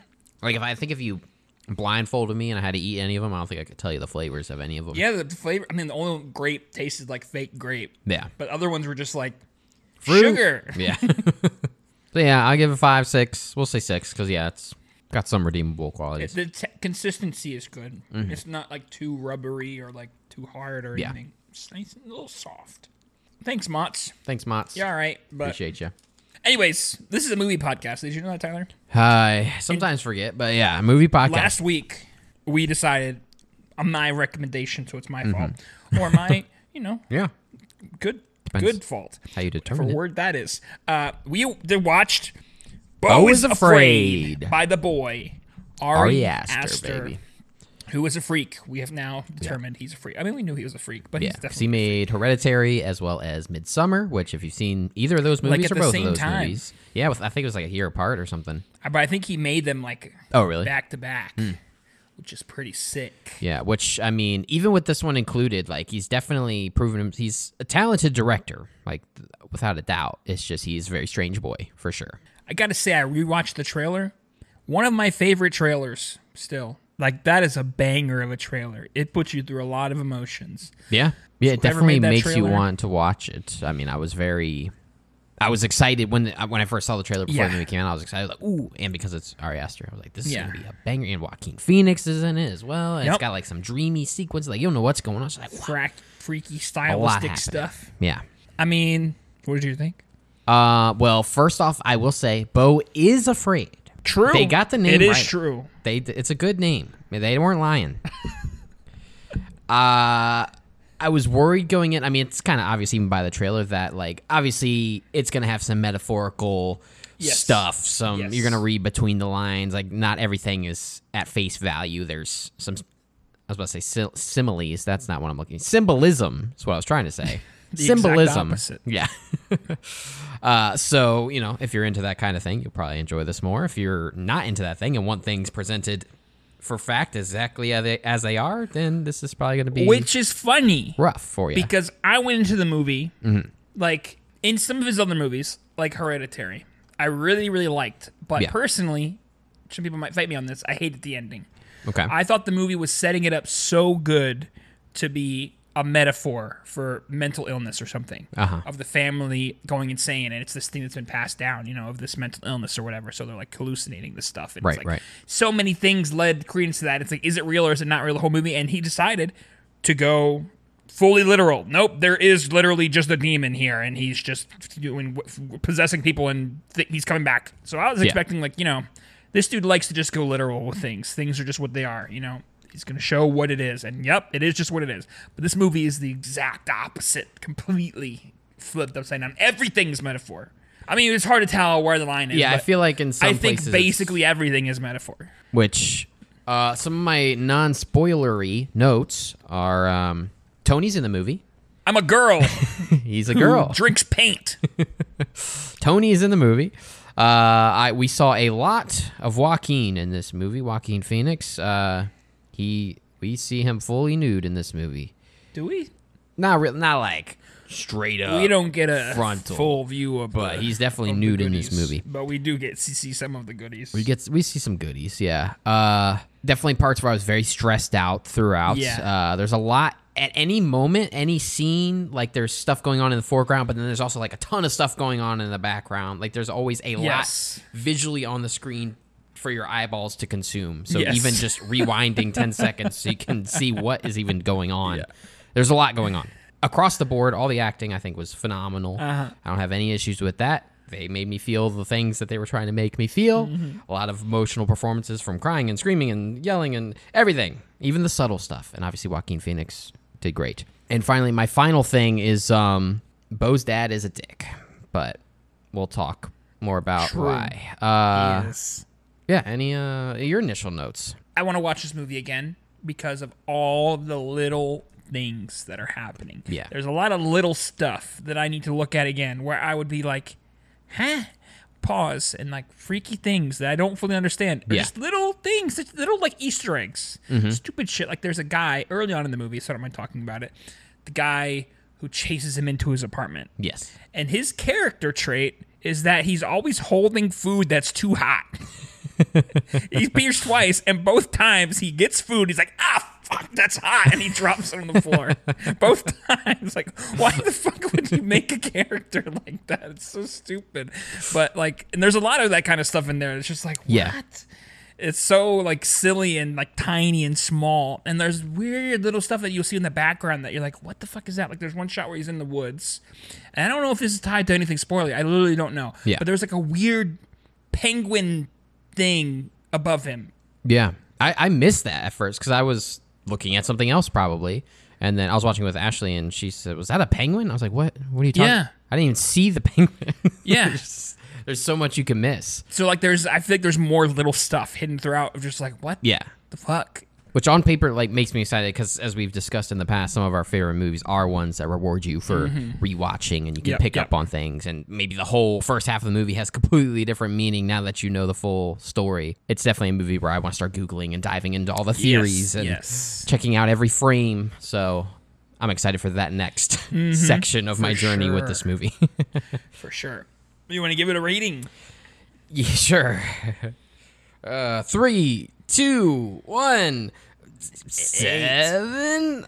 Like if I think if you blindfolded me and I had to eat any of them, I don't think I could tell you the flavors of any of them.
yeah, the flavor. I mean, the only grape tasted like fake grape,
Yeah.
but other ones were just like
Fruit.
sugar.
Yeah. so yeah, I'll give it five, six. We'll say six because yeah, it's got some redeemable qualities.
The t- consistency is good. It's not like too rubbery or like too hard or
Mm-hmm. Yeah.
anything. It's nice and a little soft. Thanks, Mott's.
Thanks, Mott's.
You're all right, but
Appreciate you.
anyways, this is a movie podcast. Did you know that, Tyler?
Hi. Sometimes forget, but yeah, movie podcast.
Last week we decided on my recommendation, so it's my
Mm-hmm.
fault or my, you know,
yeah.
good good fault.
How you
For
determine it?
word that is, uh, we they watched.
Bo
Bo
is Afraid.
by the boy Ari,
Ari
Aster,
Aster, baby.
who was a freak. We have now determined he's a freak. I mean, we knew he was a freak, but
Yeah,
he's
'cause he
definitely
made Hereditary as well as Midsummer, which if you've seen either of those movies
at
or
the
both
same
of those
time.
movies, yeah, with, I think it was like a year apart or something.
But I think he made them like
Oh, really?
back to back, which is pretty sick.
Yeah, which I mean, even with this one included, like he's definitely proven him. He's a talented director, like th- without a doubt. It's just he's a very strange boy for sure.
I gotta say, I rewatched the trailer. One of my favorite trailers still. Like that is a banger of a trailer. It puts you through a lot of emotions.
Yeah. Yeah, it
whoever
definitely
made that
makes you
trailer-
want to watch it. I mean, I was very I was excited when the, when I first saw the trailer before
Yeah.
the movie came out. I was excited like, "Ooh, and because it's Ari Aster, I was like, this is
Yeah.
going to be a banger and Joaquin Phoenix is in it as well. And
Yep.
it's got like some dreamy sequence like you don't know what's going on. It's like, wow,
Frack, freaky
a lot
stylistic
happening.
stuff.
Yeah.
I mean, what did you think?
Uh, well, first off, I will say Bo is afraid.
True.
They got the name
It is
right.
true.
They it's a good name. I mean, They weren't lying. uh I was worried going in. I mean, it's kind of obvious even by the trailer that like obviously it's going to have some metaphorical
Yes.
stuff. Some
Yes.
you're going to read between the lines. Like not everything is at face value. There's some I was about to say sil- similes. That's not what I'm looking. Symbolism is what I was trying to say.
The exact
Symbolism.
opposite.
Yeah. Uh, so you know, if you're into that kind of thing, you'll probably enjoy this more. If you're not into that thing and want things presented for fact exactly as they, as they are, then this is probably going to be
Which is funny
rough for you.
because I went into the movie
Mm-hmm.
like in some of his other movies, like Hereditary. I really, really liked, but
Yeah.
personally, some people might fight me on this. I hated the ending.
okay,
I thought the movie was setting it up so good to be a metaphor for mental illness or something
Uh-huh.
of the family going insane, and it's this thing that's been passed down, you know, of this mental illness or whatever. So they're like hallucinating this stuff. And
Right,
it's like,
right.
So many things led credence to that. It's like, is it real or is it not real? The whole movie, and he decided to go fully literal. Nope, there is literally just a demon here, and he's just doing possessing people, and th- he's coming back. So I was expecting like, you know, this dude likes to just go literal with things. Things are just what they are, you know. He's going to show what it is. And yep, it is just what it is. But this movie is the exact opposite, completely flipped upside down. Everything's metaphor. I mean, it's hard to tell where the line is.
Yeah, I
but
feel like in some
I think
places it's-
basically everything is metaphor.
which uh, some of my non-spoilery notes are um, Tony's in the movie.
I'm a girl who
He's a girl.
drinks paint.
Tony is in the movie. Uh, I we saw a lot of Joaquin in this movie. Joaquin Phoenix. Uh, he we see him fully nude in this movie.
Do we?
Not real. Not like straight up.
We don't get a
Uh, frontal.
full view of
But
the-
he's definitely
of the
nude in this
goodies.
movie.
But we do get see, see some of the goodies.
We get we see some goodies, yeah. Uh, definitely parts where I was very stressed out throughout.
Yeah.
Uh, there's a lot at any moment, any scene. Like there's stuff going on in the foreground, but then there's also like a ton of stuff going on in the background. Like there's always a
Yes.
lot visually on the screen for your eyeballs to consume. So
Yes.
even just rewinding ten seconds so you can see what is even going on. There's a lot going on across the board. All the acting I think was phenomenal. I don't have any issues with that. They made me feel the things that they were trying to make me feel. A lot of emotional performances from crying and screaming and yelling and everything, even the subtle stuff. And obviously, Joaquin Phoenix did great. And finally, my final thing is um, Bo's dad is a dick, but we'll talk more about why. Uh,
Yes.
yeah. Any uh, your initial notes?
I want to watch this movie again because of all the little things that are happening.
Yeah.
There's a lot of little stuff that I need to look at again where I would be like, huh? Pause and like freaky things that I don't fully understand. Or
Yeah. Mm-hmm.
Just little things, just little like Easter eggs. Stupid shit. Like there's a guy early on in the movie, so I don't mind talking about it. The guy who chases him into his apartment.
Yes.
And his character trait is that he's always holding food that's too hot. he's pierced twice, and both times he gets food. He's like, ah, fuck, that's hot. And he drops it on the floor. both times. Like, why the fuck would you make a character like that? It's so stupid. But, like, and there's a lot of that kind of stuff in there. It's just like, what?
Yeah.
It's so like silly and like tiny and small, and there's weird little stuff that you'll see in the background that you're like, "What the fuck is that?" Like, there's one shot where he's in the woods, and I don't know if this is tied to anything spoilery. I literally don't know.
Yeah.
But there's like a weird penguin thing above him.
Yeah, I, I missed that at first because I was looking at something else probably, and then I was watching with Ashley, and she said, "Was that a penguin?" I was like, "What? What are you talking?"
Yeah.
I didn't even see the penguin.
Yeah.
there's, there's so much you can miss.
so like, there's I think there's more little stuff hidden throughout of just like what
Yeah,
the fuck.
which on paper like makes me excited because as we've discussed in the past, some of our favorite movies are ones that reward you for rewatching, and you can
Mm-hmm. Yep,
pick
yep.
up on things, and maybe the whole first half of the movie has completely different meaning now that you know the full story. It's definitely a movie where I want to start googling and diving into all the
Yes,
theories and.
yes.
checking out every frame. So I'm excited for that next section of my journey with this
Mm-hmm. sure.
movie.
for sure. You want to give it a rating?
yeah, sure. Uh, three, two, one, seven.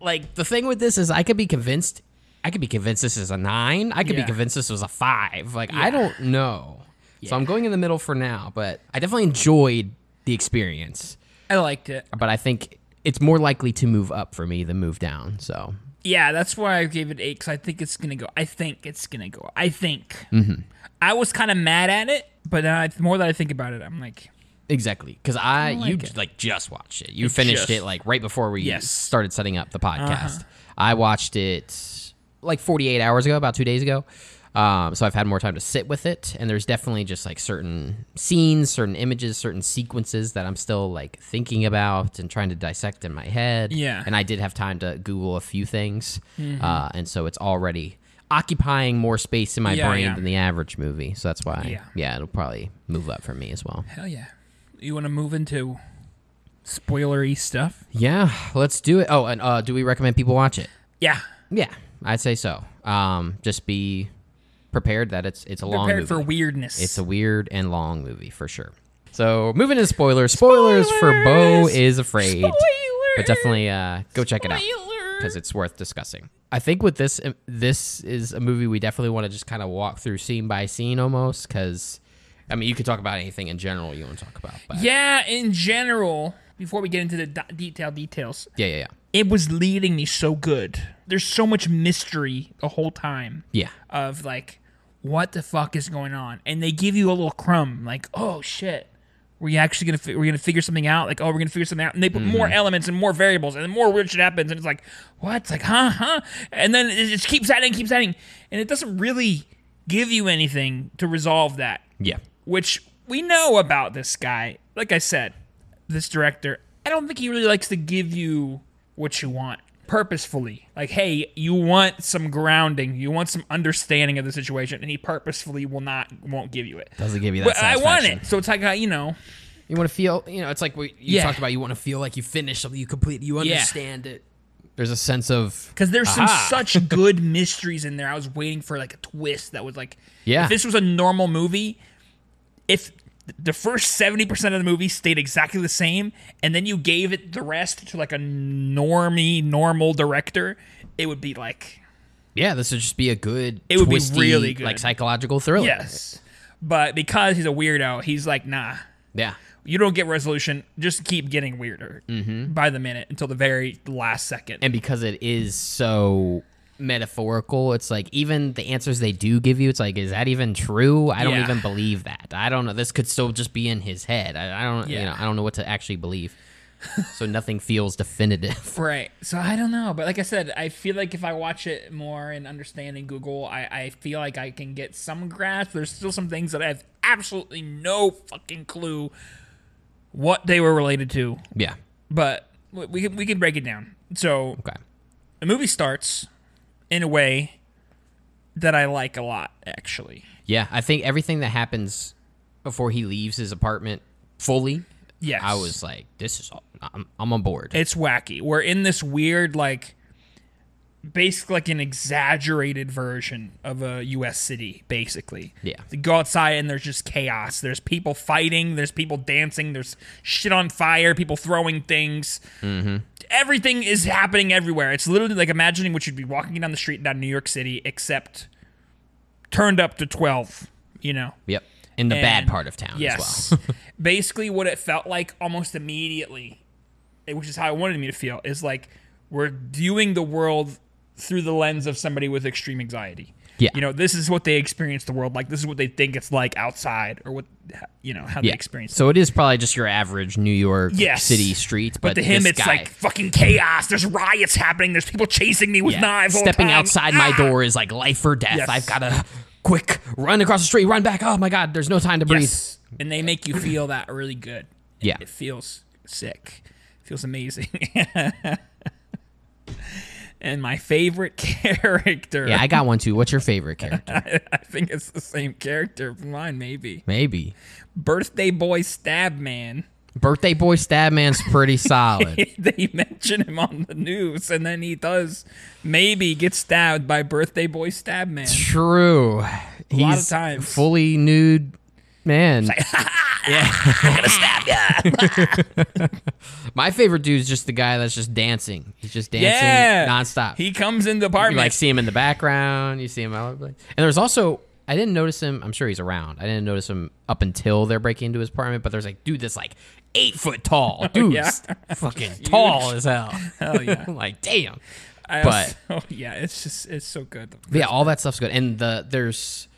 Like the thing with this is, I could be convinced. I could be convinced this is a nine. I could be
Yeah.
convinced this was a five. Like I don't know. So I'm going in the middle for now, but I definitely enjoyed the experience.
I liked it.
But I think it's more likely to move up for me than move down. So
Yeah, that's why I gave it eight because I think it's gonna go. I think it's gonna go. I think.
Mm-hmm.
I was kind of mad at it, but then I, the more that I think about it, I'm like,
Exactly, because I,
like
you
it.
like just watched it. You finished
just-
it like right before we
Yes. Uh-huh.
started setting up the podcast. I watched it like 48 hours ago, about two days ago. Um, so I've had more time to sit with it, and there's definitely just like certain scenes, certain images, certain sequences that I'm still like thinking about and trying to dissect in my head.
Yeah. Mm-hmm.
and I did have time to Google a few things, uh, and so it's already occupying more space in my
Yeah,
brain
yeah.
than the average movie. So that's why,
Yeah.
yeah, it'll probably move up for me as well.
hell yeah. You want to move into spoilery stuff?
Yeah, let's do it. Oh, and uh, do we recommend people watch it?
Yeah.
Yeah, I'd say so. Um, just be prepared that it's it's a long
Prepared
movie.
for weirdness.
it's a weird and long movie for sure. So moving to spoilers. Spoilers, for Bo
Spoilers!
is afraid, but
Spoilers!
definitely uh, go check it out.
Spoilers!
because it's worth discussing. I think with this, um, this is a movie we definitely want to just kind of walk through scene by scene almost because, I mean, you could talk about anything in general you want to talk about. But
Yeah, in general, before we get into the d- detailed details,
yeah, yeah, yeah.
it was leading me so good. There's so much mystery the whole time.
Yeah.
Of like, what the fuck is going on? And they give you a little crumb, like, oh shit, we actually gonna fi- we're gonna figure something out. Like, oh, we're gonna figure something out. And they put more elements and more variables, and more weird shit happens. And it's like, what? It's like, huh, huh? And then it just keeps adding, keeps adding, and it doesn't really give you anything to resolve that
Yeah.
which we know about this guy. Like I said, this director, I don't think he really likes to give you what you want purposefully. Like, hey, you want some grounding, you want some understanding of the situation, and he purposefully will not won't give you it.
Doesn't give you that
But I want
satisfaction.
it, so it's like uh, you know,
You want to feel, you know, it's like we, you
Yeah.
talked about. You want to feel like you finished something, you complete, you
Yeah.
understand it. There's a sense of
because there's some
Aha.
such good mysteries in there. I was waiting for like a twist that was like,
Yeah.
if this was a normal movie, if the first seventy percent of the movie stayed exactly the same, and then you gave it the rest to like a normie normal director, it would be like
yeah. This would just be a good,
It would be
twisty,
really good.
like psychological thriller.
yes. But because he's a weirdo, he's like, nah,
yeah,
you don't get resolution. Just keep getting weirder
Mm-hmm.
by the minute until the very last second.
and because it is so metaphorical, it's like even the answers they do give you, it's like, is that even true? I don't
Yeah.
even believe that. I don't know. This could still just be in his head. I, I don't,
Yeah.
you know, I don't know what to actually believe. so nothing feels definitive.
Right. So I don't know, but like I said, I feel like if I watch it more and understand and Google, I, I feel like I can get some grasp. There's still some things that I have absolutely no fucking clue what they were related to,
yeah.
but we- we can, we can break it down. So
Okay.
the movie starts in a way that I like a lot, actually.
Yeah, I think everything that happens before he leaves his apartment fully,
Yes.
I was like, this is, all, I'm, I'm on board.
it's wacky. We're in this weird, like, basically like an exaggerated version of a U.S. city, basically.
Yeah.
You go outside and there's just chaos. There's people fighting. There's people dancing. There's shit on fire. People throwing things. Everything is happening everywhere. It's literally like imagining what you'd be walking down the street down New York City, except turned up to twelve. You know
yep. In the bad
and-
part of town as
yes.
well.
Basically, what it felt like almost immediately, eh, which is how I wanted me to feel, is like we're viewing the world through the lens of somebody with extreme anxiety.
Yeah.
You know, this is what they experience the world like. This is what they think it's like outside, or what, you know, how they
yeah.
experience
So it is probably just your average New York
Yes.
City streets, but,
but to him,
this
it's
guy-
like fucking chaos. There's riots happening. There's people chasing me with
Yeah.
knives. all the
Stepping
time.
outside
Ah!
my door is like life or death.
Yes.
I've got to quick run across the street, run back. Oh my God, there's no time to breathe.
Yes. And they make you feel that really good.
Yeah.
It feels sick. It feels amazing. and my favorite character.
Yeah, I got one too. What's your favorite character?
I, think it's the same character of mine, maybe.
Maybe.
Birthday Boy Stab Man.
Birthday Boy Stab Man's pretty solid.
they mention him on the news, and then he does maybe get stabbed by Birthday Boy Stab Man.
True. He's
lot of times.
fully nude man. My favorite dude's just the guy that's just dancing. He's just dancing
Yeah.
nonstop.
He comes in the
you
apartment.
like see him in the background. You see him out. like- And there's also I didn't notice him. I'm sure he's around. I didn't notice him up until they're breaking into his apartment. But there's like dude that's like eight foot tall. Dude,
yeah.
fucking tall as hell.
Hell yeah.
like damn.
I
but-
also- yeah, it's just, it's so good.
But yeah, all that stuff's good. And the there's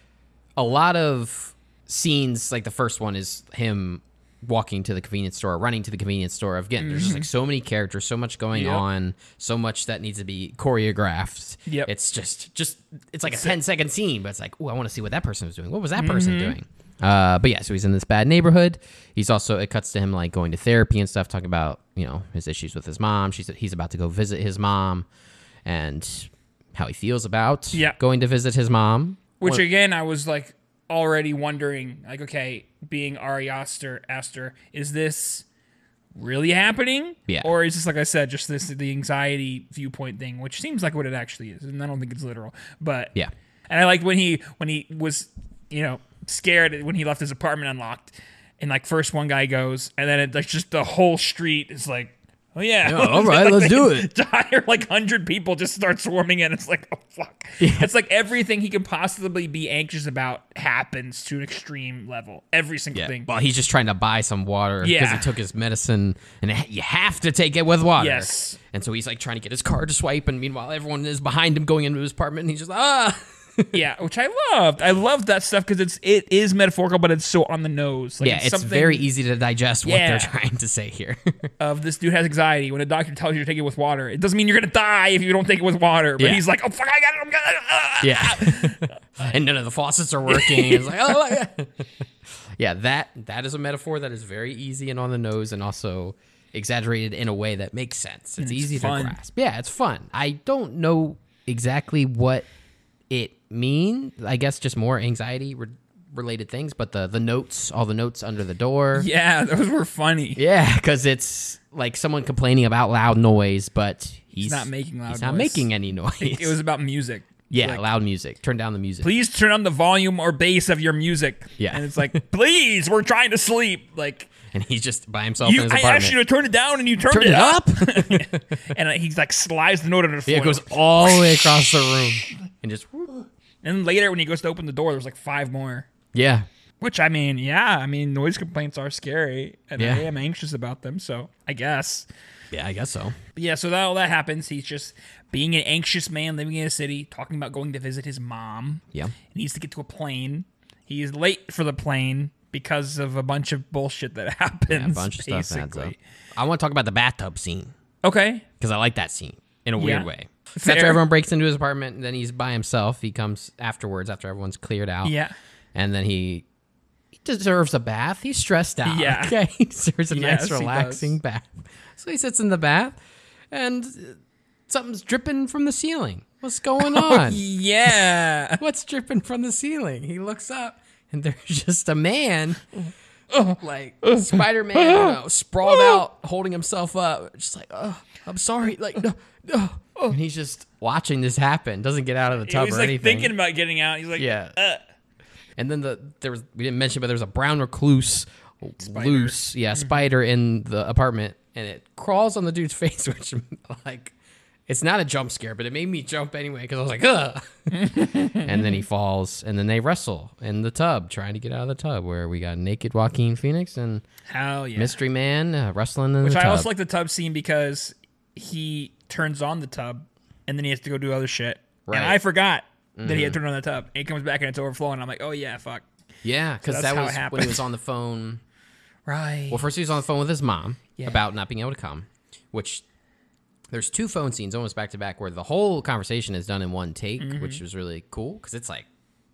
a lot of scenes. Like the first one is him walking to the convenience store, running to the convenience store. Again, there's just like so many characters, so much going
Mm-hmm. Yep.
on, so much that needs to be choreographed.
Yep.
it's just just it's like a 10 second scene, but it's like, oh, I want to see what that person was doing. What was that
Mm-hmm.
person doing? Uh, but yeah, so he's in this bad neighborhood. He's also it cuts to him like going to therapy and stuff, talking about you know his issues with his mom. She's he's about to go visit his mom, and how he feels about
Yeah.
going to visit his mom.
Which again, I was like already wondering, like, okay, being Ari Aster, Aster, is this really happening?
Yeah.
Or is this, like I said, just this the anxiety viewpoint thing, which seems like what it actually is, and I don't think it's literal, but
Yeah.
And I like when he when he was, you know, scared when he left his apartment unlocked, and like first one guy goes, and then it, like just the whole street is like. Oh yeah.
Yeah, all right, let's do it.
To hire like hundred people, just start swarming in. It's like, oh fuck. It's like everything he can possibly be anxious about happens to an extreme level. Every single
Yeah.
thing.
Well, he's just trying to buy some water because
Yeah.
he took his medicine, and ha- you have to take it with water.
Yes.
And so he's like trying to get his car to swipe, and meanwhile, everyone is behind him going into his apartment, and he's just ah.
yeah, which I loved. I loved that stuff because it's it is metaphorical, but it's so on the nose. Like,
yeah, it's
something
very easy to digest what
Yeah.
they're trying to say here.
Of this dude has anxiety. When a doctor tells you to take it with water, it doesn't mean you're gonna die if you don't take it with water. But
Yeah.
he's like, oh fuck, I got it. I'm gonna. ah,
yeah. and none of the faucets are working. It's like oh yeah. yeah, that that is a metaphor that is very easy and on the nose, and also exaggerated in a way that makes sense.
it's
It's, easy
fun.
to grasp. Yeah, it's fun. I don't know exactly what it mean. I guess just more anxiety re- related things, but the the notes, all the notes under the door.
Yeah, those were funny.
Yeah, because it's like someone complaining about loud noise, but he's,
not making loud
He's not
noise.
making any noise.
It was about music.
yeah,
Like,
loud music. Turn down the music.
please turn on the volume or bass of your music.
Yeah.
And it's like, please, we're trying to sleep. Like,
And he's just by himself
you,
in his
I
apartment.
asked you to turn it down and you turned
Turn it up.
and he's like slides the note under the floor.
yeah, it goes all the way across the room and just. whoop.
and then later, when he goes to open the door, there's like five more.
Yeah,
Which I mean, yeah, I mean, noise complaints are scary, and
Yeah.
I am anxious about them. So I guess,
yeah, I guess so.
but yeah. So that all that happens. He's just being an anxious man living in a city, talking about going to visit his mom.
Yeah,
He needs to get to a plane. He is late for the plane because of a bunch of bullshit that happens.
yeah a bunch of stuff adds up.
basically.
I want to talk about the bathtub scene
Okay.
because I like that scene in a weird
Yeah.
way.
Fair.
After everyone breaks into his apartment, and then he's by himself. He comes afterwards after everyone's cleared out.
Yeah.
and then he, he deserves a bath. He's stressed out.
Yeah.
Okay. He deserves a
Yes,
nice,
he does.
relaxing bath. So he sits in the bath and uh, something's dripping from the ceiling. What's going on?
Yeah.
What's dripping from the ceiling? He looks up and there's just a man, like Spider Man, sprawled out, holding himself up. Just like, oh, I'm sorry. Like, no, no. And he's just watching this happen, doesn't get out of the
he
tub
was
or
like
anything.
thinking about getting out. He's like,
Yeah.
Uh,
And then the there was we didn't mention, but there was a brown recluse, loose, yeah,
Mm-hmm.
spider in the apartment, and it crawls on the dude's face, which like it's not a jump scare, but it made me jump anyway because I was like, ugh. and then he falls, and then they wrestle in the tub, trying to get out of the tub, where we got naked Joaquin Phoenix and
hell yeah.
Mystery Man uh, wrestling in
Which
the
I
tub.
also like the tub scene because he turns on the tub and then he has to go do other shit.
Right. Mm-hmm.
And I forgot that he had turned on the tub. It comes back and it's overflowing. I'm like, oh yeah, fuck.
yeah, because
that's
that
how it
was when
happened.
he was on the phone.
Right.
Well, first he was on the phone with his mom
Yeah.
about not being able to come, which there's two phone scenes almost back to back where the whole conversation is done in one take,
Mm-hmm.
which was really cool because it's like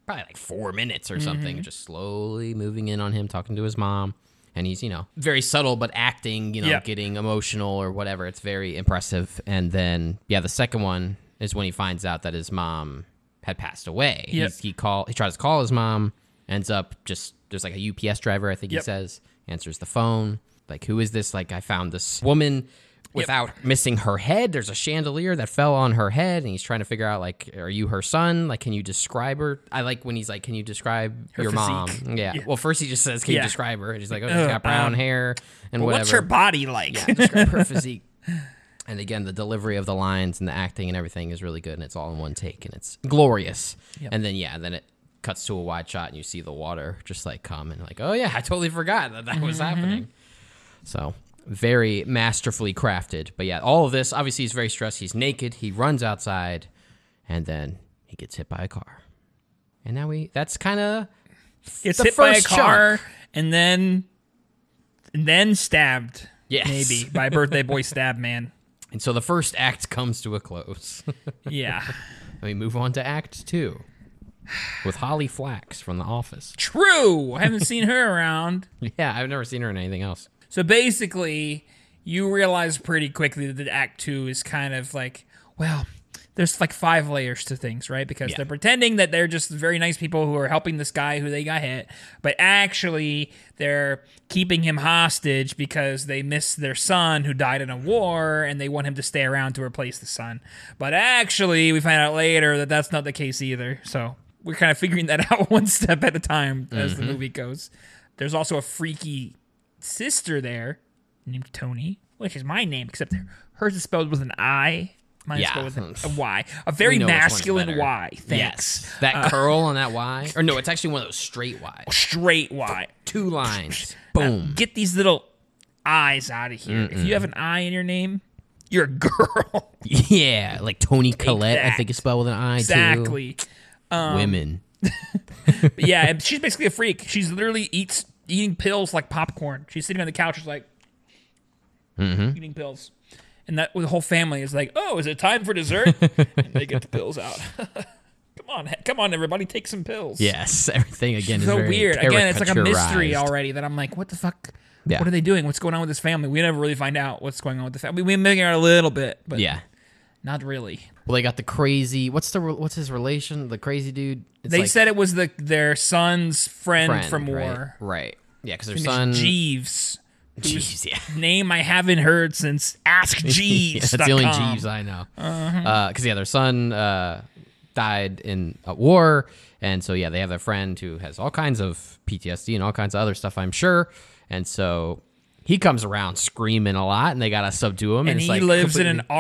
probably like four minutes
Mm-hmm.
or something, just slowly moving in on him talking to his mom. And he's, you know, very subtle, but acting, you know,
Yeah.
getting emotional or whatever. It's very impressive. And then, yeah, the second one is when he finds out that his mom had passed away.
Yep.
He's, he call he tries to call his mom, ends up just there's like a UPS driver, I think he
Yep.
says, answers the phone. Like, who is this? Like, I found this woman without missing her head. There's a chandelier that fell on her head, and he's trying to figure out like, are you her son? Like, can you describe her? I like when he's like, can you describe your
physique.
mom? Yeah. Well, first he just says, can
Yeah.
you describe her? And he's like, oh, she's
um,
got brown hair and whatever.
What's her body like?
Yeah, describe her physique. And again, the delivery of the lines and the acting and everything is really good, and it's all in one take, and it's glorious. And then yeah, then it cuts to a wide shot, and you see the water just like come, and like, oh yeah, I totally forgot that that was happening. So very masterfully crafted. But yeah, all of this obviously he's very stressed. He's naked. He runs outside, and then he gets hit by a car. And now we that's kind of
Gets
The
hit by a
first
car and then and then stabbed.
Yes.
Maybe by birthday boy stab man.
and so the first act comes to a close.
Yeah.
And we move on to Act Two with Holly Flax from The Office.
True. I haven't seen her around.
Yeah, I've never seen her in anything else.
So basically, you realize pretty quickly that Act Two is kind of like, well, there's like five layers to things, right? Because
Yeah.
they're pretending that they're just very nice people who are helping this guy who they got hit, but actually they're keeping him hostage because they miss their son who died in a war and they want him to stay around to replace the son. But actually, we find out later that that's not the case either. So we're kind of figuring that out one step at a time as the movie goes. There's also a freaky sister there named Tony. which is my name, except hers is spelled with an I. Mine is
Yeah.
spelled with an, a Y. A very
know which one's
masculine
better.
Y. Thanks.
Yes. That curl on that Y. Or no, it's actually one of those straight Y.
Straight Y.
Two lines. Boom.
Get these little eyes out of here. If you have an I in your name, you're a girl.
Yeah. Like Tony Collette, I
that.
think is spelled with an I too.
exactly. Um,
Women.
But yeah, and she's basically a freak. She's literally eats eating pills like popcorn. She's sitting on the couch, she's like
Mm-hmm.
eating pills. And that the whole family is like, "Oh, is it time for dessert?" and they get the pills out. come on, he- come on, everybody, take some pills.
Yes. Everything again is
so
very
weird. Again, it's like a mystery
caricaturized.
already that I'm like, "What the fuck?
Yeah.
What are they doing? What's going on with this family?" We never really find out what's going on with the family. We make out a little bit, but
Yeah.
not really.
Well, they got the crazy. What's the re- what's his relation? The crazy dude. It's
they
like
said it was the their son's friend,
friend,
from war.
right? Right. Yeah, because their
It's
son.
Jeeves. who's-
Jeeves, yeah.
name I haven't heard since Ask
Yeah,
Jeeves.
that's the only Jeeves I know.
Uh-huh.
Because yeah, their son uh, died in a war, and so yeah, they have their friend who has all kinds of PTSD and all kinds of other stuff, I'm sure. And so he comes around screaming a lot, and they gotta subdue him. And,
And
it's
he
like
lives in
completely-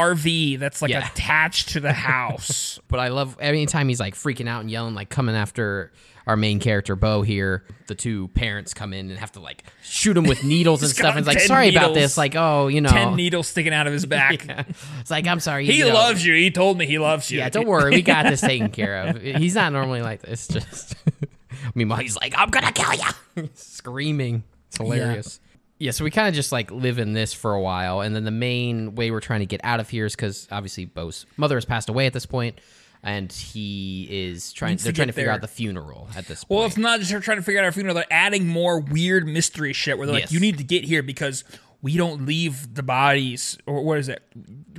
an RV that's like
Yeah.
attached to the house.
But I love anytime he's like freaking out and yelling, like coming after our main character Bo here. The two parents come in and have to like shoot him with needles and
He's
stuff.
got
And it's like,
10
sorry about
needles.
this. Like, oh, you know,
Ten needles sticking out of his back.
it's like I'm sorry.
He
you know.
loves you. He told me he loves you.
Yeah, don't worry, we got this taken care of. He's not normally like this. Just meanwhile, he's like, I'm gonna kill you, screaming. It's hilarious. Yeah. so we kind of just like live in this for a while, and then the main way we're trying to get out of here is because obviously Bo's mother has passed away at this point, and he is trying.
to
They're trying
get
to figure
there.
out the funeral at this point.
Well, it's not just her trying to figure out our funeral. They're adding more weird mystery shit where they're like,
Yes.
you need to get here because we don't leave the bodies, or what is it?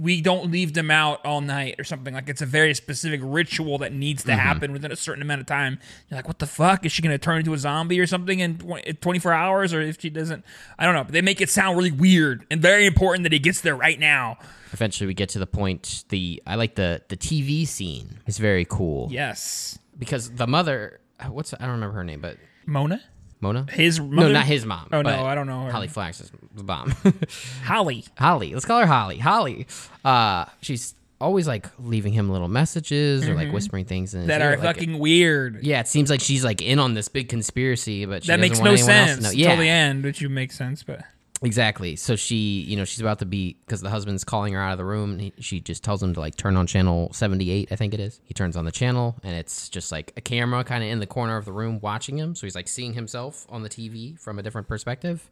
We don't leave them out all night or something. Like, it's a very specific ritual that needs
Mm-hmm.
to happen within a certain amount of time. You're like, what the fuck? Is she going to turn into a zombie or something in twen- in 24 hours? Or if she doesn't, I don't know. But they make it sound really weird and very important that he gets there right now.
Eventually, we get to the point. The I like the the TV scene. It's very cool
Yes.
because the mother. What's I don't remember her name, but
Mona?
Mona.
His mother?
No, not his mom.
Oh, no,
but
I don't know her.
Holly Flax's mom.
Holly.
Holly. Let's call her Holly. Holly. Uh, she's always like leaving him little messages or like whispering things in his
Mm-hmm. That
ear,
are
like-
fucking weird.
Yeah, it seems like she's like in on this big conspiracy, but she
that
doesn't
makes
want
no
anyone else to
sense
know.
until
Yeah,
the end, which you make sense, but
exactly. So she, you know, she's about to be because the husband's calling her out of the room. And he, she just tells him to like turn on channel seventy-eight, I think it is. He turns on the channel, and it's just like a camera kind of in the corner of the room watching him. So he's like seeing himself on the TV from a different perspective,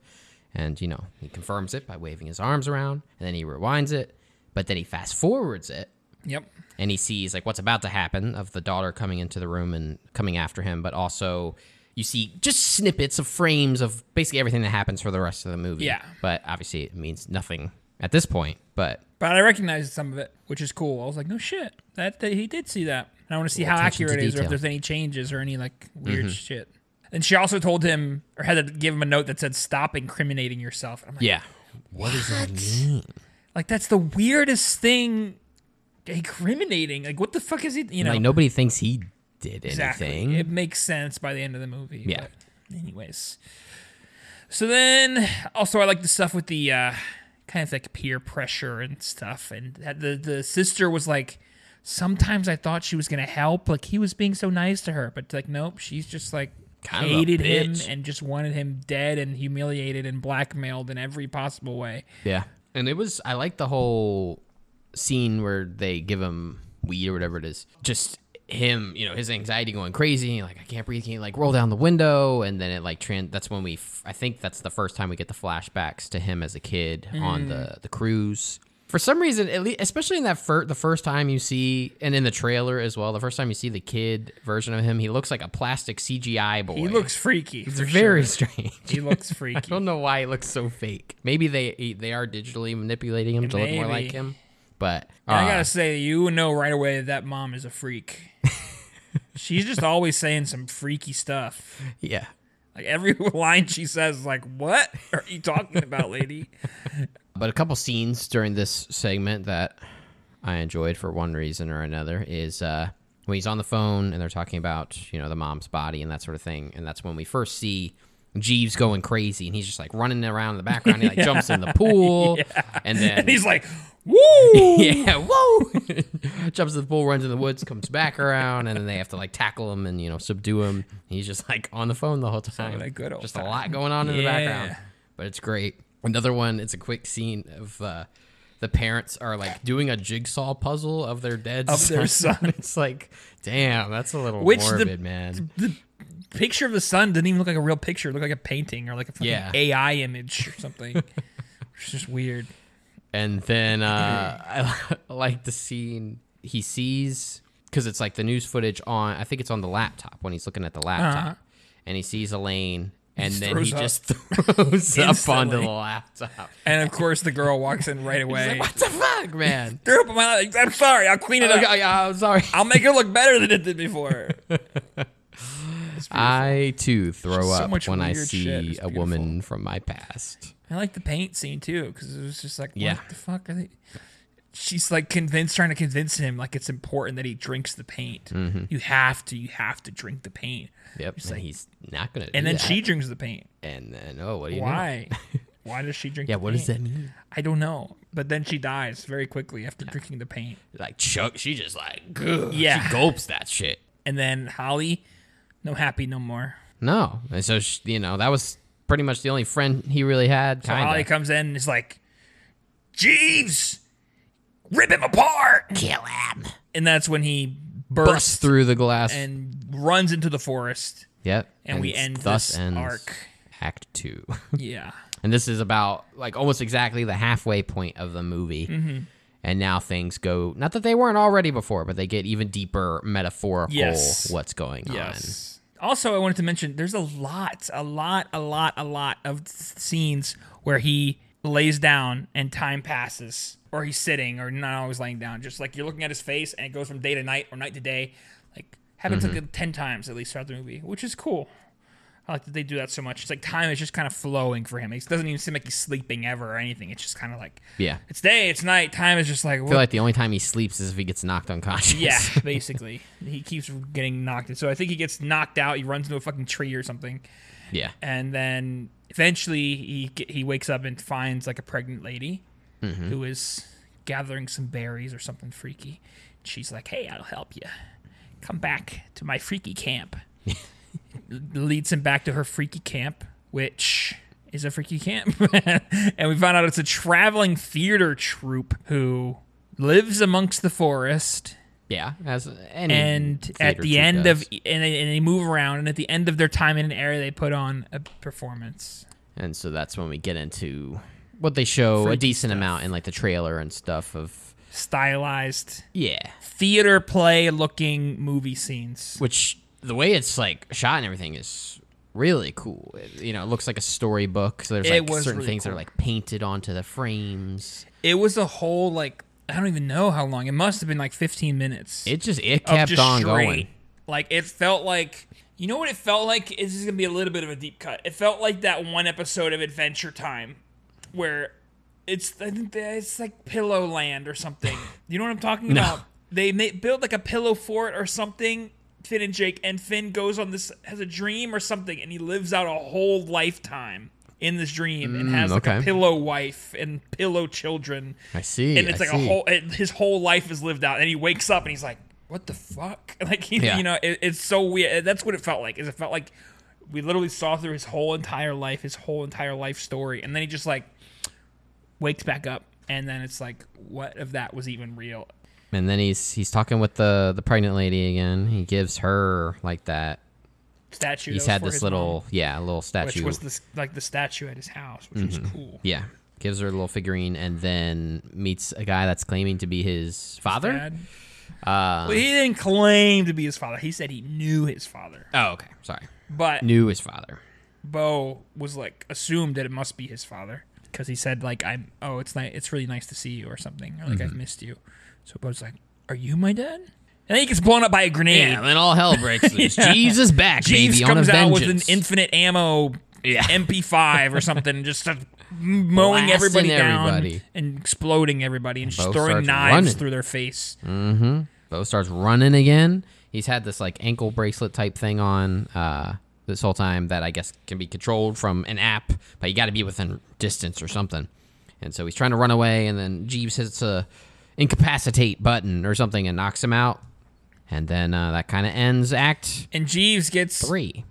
and you know, he confirms it by waving his arms around, and then he rewinds it, but then he fast forwards it
yep.
and he sees like what's about to happen of the daughter coming into the room and coming after him but also you see just snippets of frames of basically everything that happens for the rest of the movie
Yeah.
but obviously it means nothing at this point but
But I recognized some of it, which is cool. I was like, no shit, that, that he did see that. And I want to see how
attention to
accurate it is, or if
detail. Mm-hmm.
there's any changes or any like weird shit. And she also told him, or had to give him a note that said, "Stop incriminating yourself." And I'm like,
yeah what does that mean
like that's the weirdest thing. Incriminating, like what the fuck is he? You know,
like nobody thinks he did
Exactly.
anything
It makes sense by the end of the movie.
Yeah.
but anyways. So then also I like the stuff with the uh kind of like peer pressure and stuff and that the the sister was like sometimes I thought she was going to help like he was being so nice to her but like nope she's just like
Kind of a
hated him
bitch.
and just wanted him dead and humiliated and blackmailed in every possible way.
yeah and it was i like the whole scene where they give him weed or whatever it is just him you know his anxiety going crazy like i can't breathe can't like roll down the window and then it like tran- that's when we f- i think that's the first time we get the flashbacks to him as a kid on
Mm.
the the cruise for some reason at least especially in that fir- the first time you see and in the trailer as well the first time you see the kid version of him he looks like a plastic cgi boy
He looks freaky.
it's
for
very
sure.
strange
He looks
I
freaky.
don't know why he looks so fake. Maybe they they are digitally manipulating him to look more
Maybe.
like him. But
I
uh,
gotta say, you know right away that mom is a freak. She's just always saying some freaky stuff.
yeah,
Like every line she says, is like, "What are you talking about, lady?"
but a couple scenes during this segment that I enjoyed for one reason or another is uh, when he's on the phone and they're talking about you know the mom's body and that sort of thing, and that's when we first see Jeeves going crazy, and he's just like running around in the background. He like jumps in the pool, and then
And he's like, woo!
yeah, whoa! Jumps in the pool, runs in the woods, comes back around, and then they have to like tackle him and you know subdue him. He's just like on the phone the whole time.
that good old
just
time.
a lot going on in the
Yeah.
background, but it's great. Another one. It's a quick scene of uh, the parents are like doing a jigsaw puzzle of their dead
Of their son.
it's like, damn, that's a little
Which the-
morbid, man.
The picture of the sun didn't even look like a real picture. It looked like a painting or like a fucking
Yeah.
AI image or something. It's just weird.
And then uh, I like the scene he sees because it's like the news footage on. I think it's on the laptop when he's looking at the laptop, and he sees Elaine, and
Uh-huh. just
then
throws
he
up.
just throws up onto
Instantly.
the laptop.
And of course, the girl walks in right
He's
away.
like, what Oh the fuck, man?
Threw up in my lap. I'm sorry. I'll clean it
Okay,
up.
I- I'm sorry.
I'll make it look better than it did before.
I too throw
Just so
up
much
when I
weird shit.
see
It's
a woman from my past.
I like the paint scene too because it was just like,
Yeah.
what the fuck are they? She's like convinced, trying to convince him like it's important that he drinks the paint.
Mm-hmm.
You have to, you have to drink the paint.
Yep,
It's
and
like-
he's not gonna.
And
do
then
that.
she drinks the paint.
and then oh, what do you know?
Why? Why does she drink?
Yeah,
the
what
paint?
does that mean?
I don't know. But then she dies very quickly after drinking the paint.
Like Chuck, she just like, "Ugh,"
Yeah.
she gulps that shit.
And then Holly, no happy, no more.
No. And so, sh you know, that was pretty much the only friend he really had.
So Holly
Kind of.
comes in and is like, Jeeves, rip him apart.
Kill him.
And that's when he
Bursts
bursts through
through the glass.
and runs into the forest.
yep.
and we end
thus
this
ends
arc.
Act two.
Yeah.
and this is about like almost exactly the halfway point of the movie.
Mm-hmm.
And now things go, not that they weren't already before, but they get even deeper metaphorical
Yes.
what's going
Also, I wanted to mention there's a lot, a lot, a lot, a lot of s- scenes where he lays down and time passes, or he's sitting, or not always laying down. Just like you're looking at his face, and it goes from day to night or night to day. Like happens
Mm-hmm.
like ten times at least throughout the movie, which is cool. I like that they do that so much. It's like time is just kind of flowing for him. It doesn't even seem like he's sleeping ever or anything. It's just kind of like
on. Yeah.
it's day, it's night. Time is just like
I feel like the only time he sleeps is if he gets knocked unconscious.
Yeah, basically. he keeps getting knocked. in. So I think he gets knocked out. He runs into a fucking tree or something.
yeah.
And then eventually he ge- he wakes up and finds like a pregnant lady who is gathering some berries or something freaky. She's like, "Hey, I'll help you. Come back to my freaky camp." Leads him back to her freaky camp, which is a freaky camp. and we find out it's a traveling theater troupe who lives amongst the forest
Yeah. As any
and at
Hmm. theater
the
troupe
end
does.
of e, and they, and they move around and at the end of their time in an area they put on a performance
And so that's when we get into what they show a
Freaky
decent
stuff.
amount in like the trailer and stuff of
stylized
yeah,
theater play looking movie scenes
which the way it's like shot and everything is really cool. It, you know, it looks like a storybook. So there's
It
like
was
certain
really
things that
cool.
are like painted onto the frames.
it was a whole like i don't even know how long it must have been like 15 minutes
It just it
of
kept
just
on
straight.
going.
like it felt like you know what it felt like this is gonna be a little bit of a deep cut it felt like that one episode of adventure time where it's I think they- it's like Pillow Land or something. You know what I'm talking about? They ma- build like a pillow fort or something. Finn and Jake, and Finn goes on this has a dream or something, and he lives out a whole lifetime in this dream, and has like a
Mm, okay.
pillow wife and pillow children.
I see.
And it's
I
like
see.
a whole it, his whole life is lived out, and he wakes up and he's like, "What the fuck?" Like he,
Yeah.
you know, it, it's so weird. That's what it felt like. Is it felt like we literally saw through his whole entire life, his whole entire life story, and then he just like wakes back up, and then it's like, what of that was even real?
And then he's he's talking with the the pregnant lady again. He gives her like that.
Statue.
He's
that was
had
for
this
his
little
mom,
yeah little statue.
which was this like the statue at his house, which was
Mm-hmm.
cool.
yeah. Gives her a little figurine and then meets a guy that's claiming to be his father.
Dad.
Um,
Well, he didn't claim to be his father. He said he knew his father,
Oh, okay. Sorry.
but
Knew his father.
Bo was like assumed that it must be his father because he said like I'm oh it's ni- it's really nice to see you or something or like
Mm-hmm.
I've missed you. So Bo's like, are you my dad? And then he gets blown up by a grenade.
Yeah, then all hell breaks loose. Jesus back,
Jeeves
baby,
comes
on a
out with an
vengeance.
infinite ammo
Yeah.
MP5 or something, and just starts mowing
Blasting
everybody down
everybody.
and exploding everybody and just
Bo
throwing
starts
knives
running. Mm.
through their face.
Bo starts running again. He's had this like ankle bracelet type thing on. Uh, this whole time that I guess can be controlled from an app, but you got to be within distance or something. And so he's trying to run away, and then Jeeves hits a incapacitate button or something and knocks him out. And then uh, that kind of ends Act
And Jeeves gets
Three.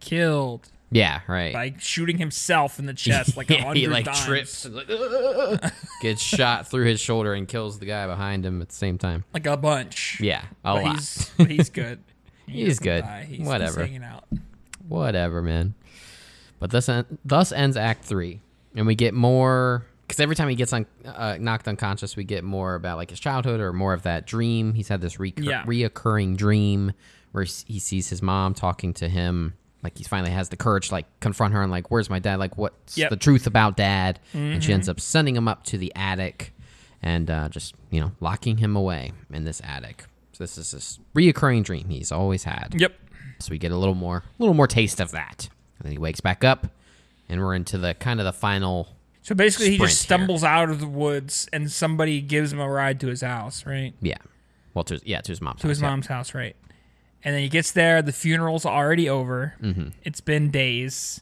killed
Yeah, right.
by shooting himself in the chest like a
yeah,
hundred
he like
times.
trips and like, gets shot through his shoulder and kills the guy behind him at the same time.
like a bunch.
Yeah, a
but
lot.
he's but he's good. He
He's
doesn't
good.
die. Uh, He's,
Whatever.
He's hanging out.
whatever, man. But thus, en- thus ends Act Three, and we get more because every time he gets un- uh, knocked unconscious, we get more about like his childhood or more of that dream. He's had this recur-
Yeah.
reoccurring dream where s- he sees his mom talking to him. Like he finally has the courage to like confront her and like, where's my dad? Like, what's
Yep. Mm-hmm.
the truth about dad? And she ends up sending him up to the attic, and uh, just you know locking him away in this attic. So this is this reoccurring dream he's always had.
Yep.
So we get a little more, a little more taste of that. And then he wakes back up, and we're into the kind of the final.
So basically, he just
Sprint here.
stumbles out of the woods, and somebody gives him a ride to his house, right?
Yeah, well, to his, yeah, to his mom's.
To his mom's house, right? And then he gets there. The funeral's already over.
Mm-hmm.
It's been days,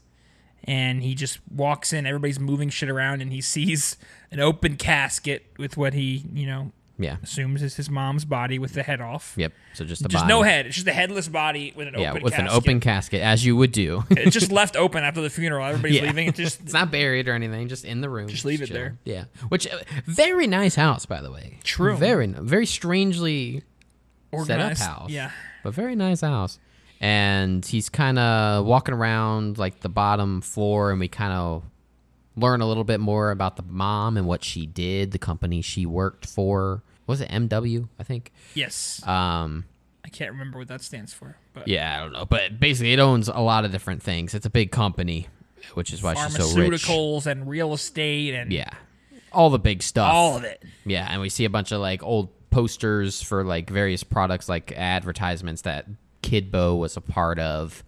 and he just walks in. Everybody's moving shit around, and he sees an open casket with what he, you know,
Yeah. yeah.
assumes is his mom's body with the head off.
Yep. So just the
Just
body.
no head. It's just a headless body with an
Yeah,
open
with
casket.
an open casket, as you would do.
it's just left open after the funeral. Everybody's
yeah.
leaving. It just
it's not buried or anything. Just in the room. Just
leave it there.
Yeah. Which uh, very nice house, by the way.
True.
Very very strangely set up
organized.
house.
Yeah.
But very nice house. And he's kind of walking around like the bottom floor, and we kind of learn a little bit more about the mom and what she did, the company she worked for. Was it MW? I think.
Yes.
Um,
I can't remember what that stands for. But
yeah, I don't know, but basically, it owns a lot of different things. It's a big company, which is why she's so rich.
pharmaceuticals and real estate and
Yeah, all the big stuff.
all of it.
Yeah, and we see a bunch of like old posters for like various products, like advertisements that Kidbo was a part of.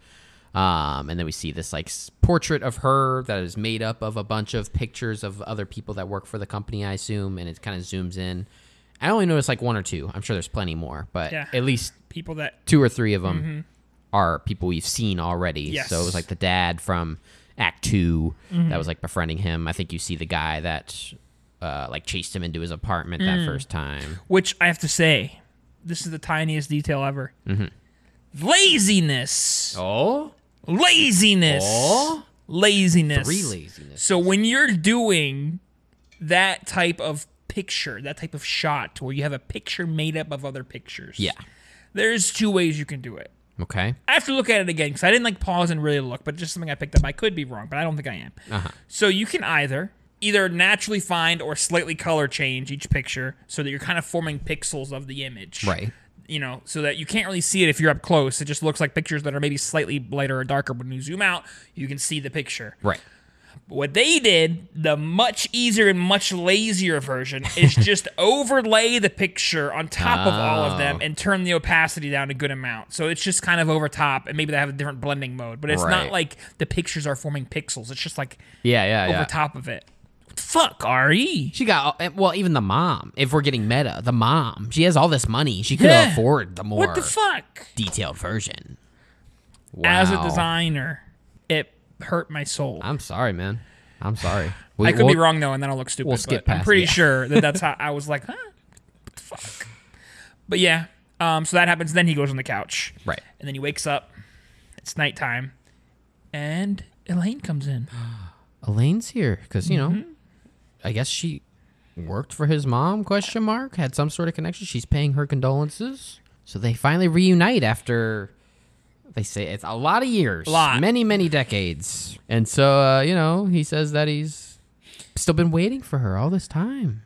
Um, and then we see this like s- portrait of her that is made up of a bunch of pictures of other people that work for the company, I assume, and it kind of zooms in. I only noticed like one or two. I'm sure there's plenty more, but
Yeah.
at least
People that
two or three of them are people we've seen already.
Mm-hmm. Yes. Mm-hmm.
So it was like the dad from Act 2 that was like befriending him. I think you see the guy that uh, like chased him into his apartment
Mm.
that first time.
which I have to say, this is the tiniest detail ever. Laziness.
Mm-hmm. Oh,
Laziness.
Oh.
Laziness.
three laziness.
So when you're doing that type of picture, that type of shot where you have a picture made up of other pictures.
Yeah.
There's two ways you can do it.
Okay.
I have to look at it again because I didn't like pause and really look, but just something I picked up. I could be wrong, but I don't think I am. So you can either either naturally find or slightly color change each picture so that you're kind of forming pixels of the image.
Right.
You know, so that you can't really see it if you're up close. It just looks like pictures that are maybe slightly lighter or darker. But when you zoom out, you can see the picture.
Right.
What they did, the much easier and much lazier version, is just overlay the picture on top of all of
Oh.
them and turn the opacity down a good amount. So it's just kind of over top, and maybe they have a different blending mode, but it's
Right.
not like the pictures are forming pixels. It's just like
Yeah, yeah, yeah.
over top of it. Fuck RE.
She got all- well. Even the mom. If we're getting meta, the mom. She has all this money. She could
Yeah.
afford the more
What the fuck?
detailed version.
As a
Wow.
designer, it hurt my soul.
I'm sorry, man. I'm sorry. We,
I could
we'll-
be wrong though, and then I'll look stupid.
we'll skip
but I'm
past-
pretty
yeah.
sure that that's how I was like, huh, what the fuck. But yeah, um, so that happens. Then he goes on the couch,
Right.
and then he wakes up. It's nighttime, and Elaine comes in.
Elaine's here because you know,
Mm-hmm.
I guess she worked for his mom? Question mark had some sort of connection. She's paying her condolences, so they finally reunite after they say it's a lot of years,
Lot.
many many decades. And so uh, you know, he says that he's still been waiting for her all this time.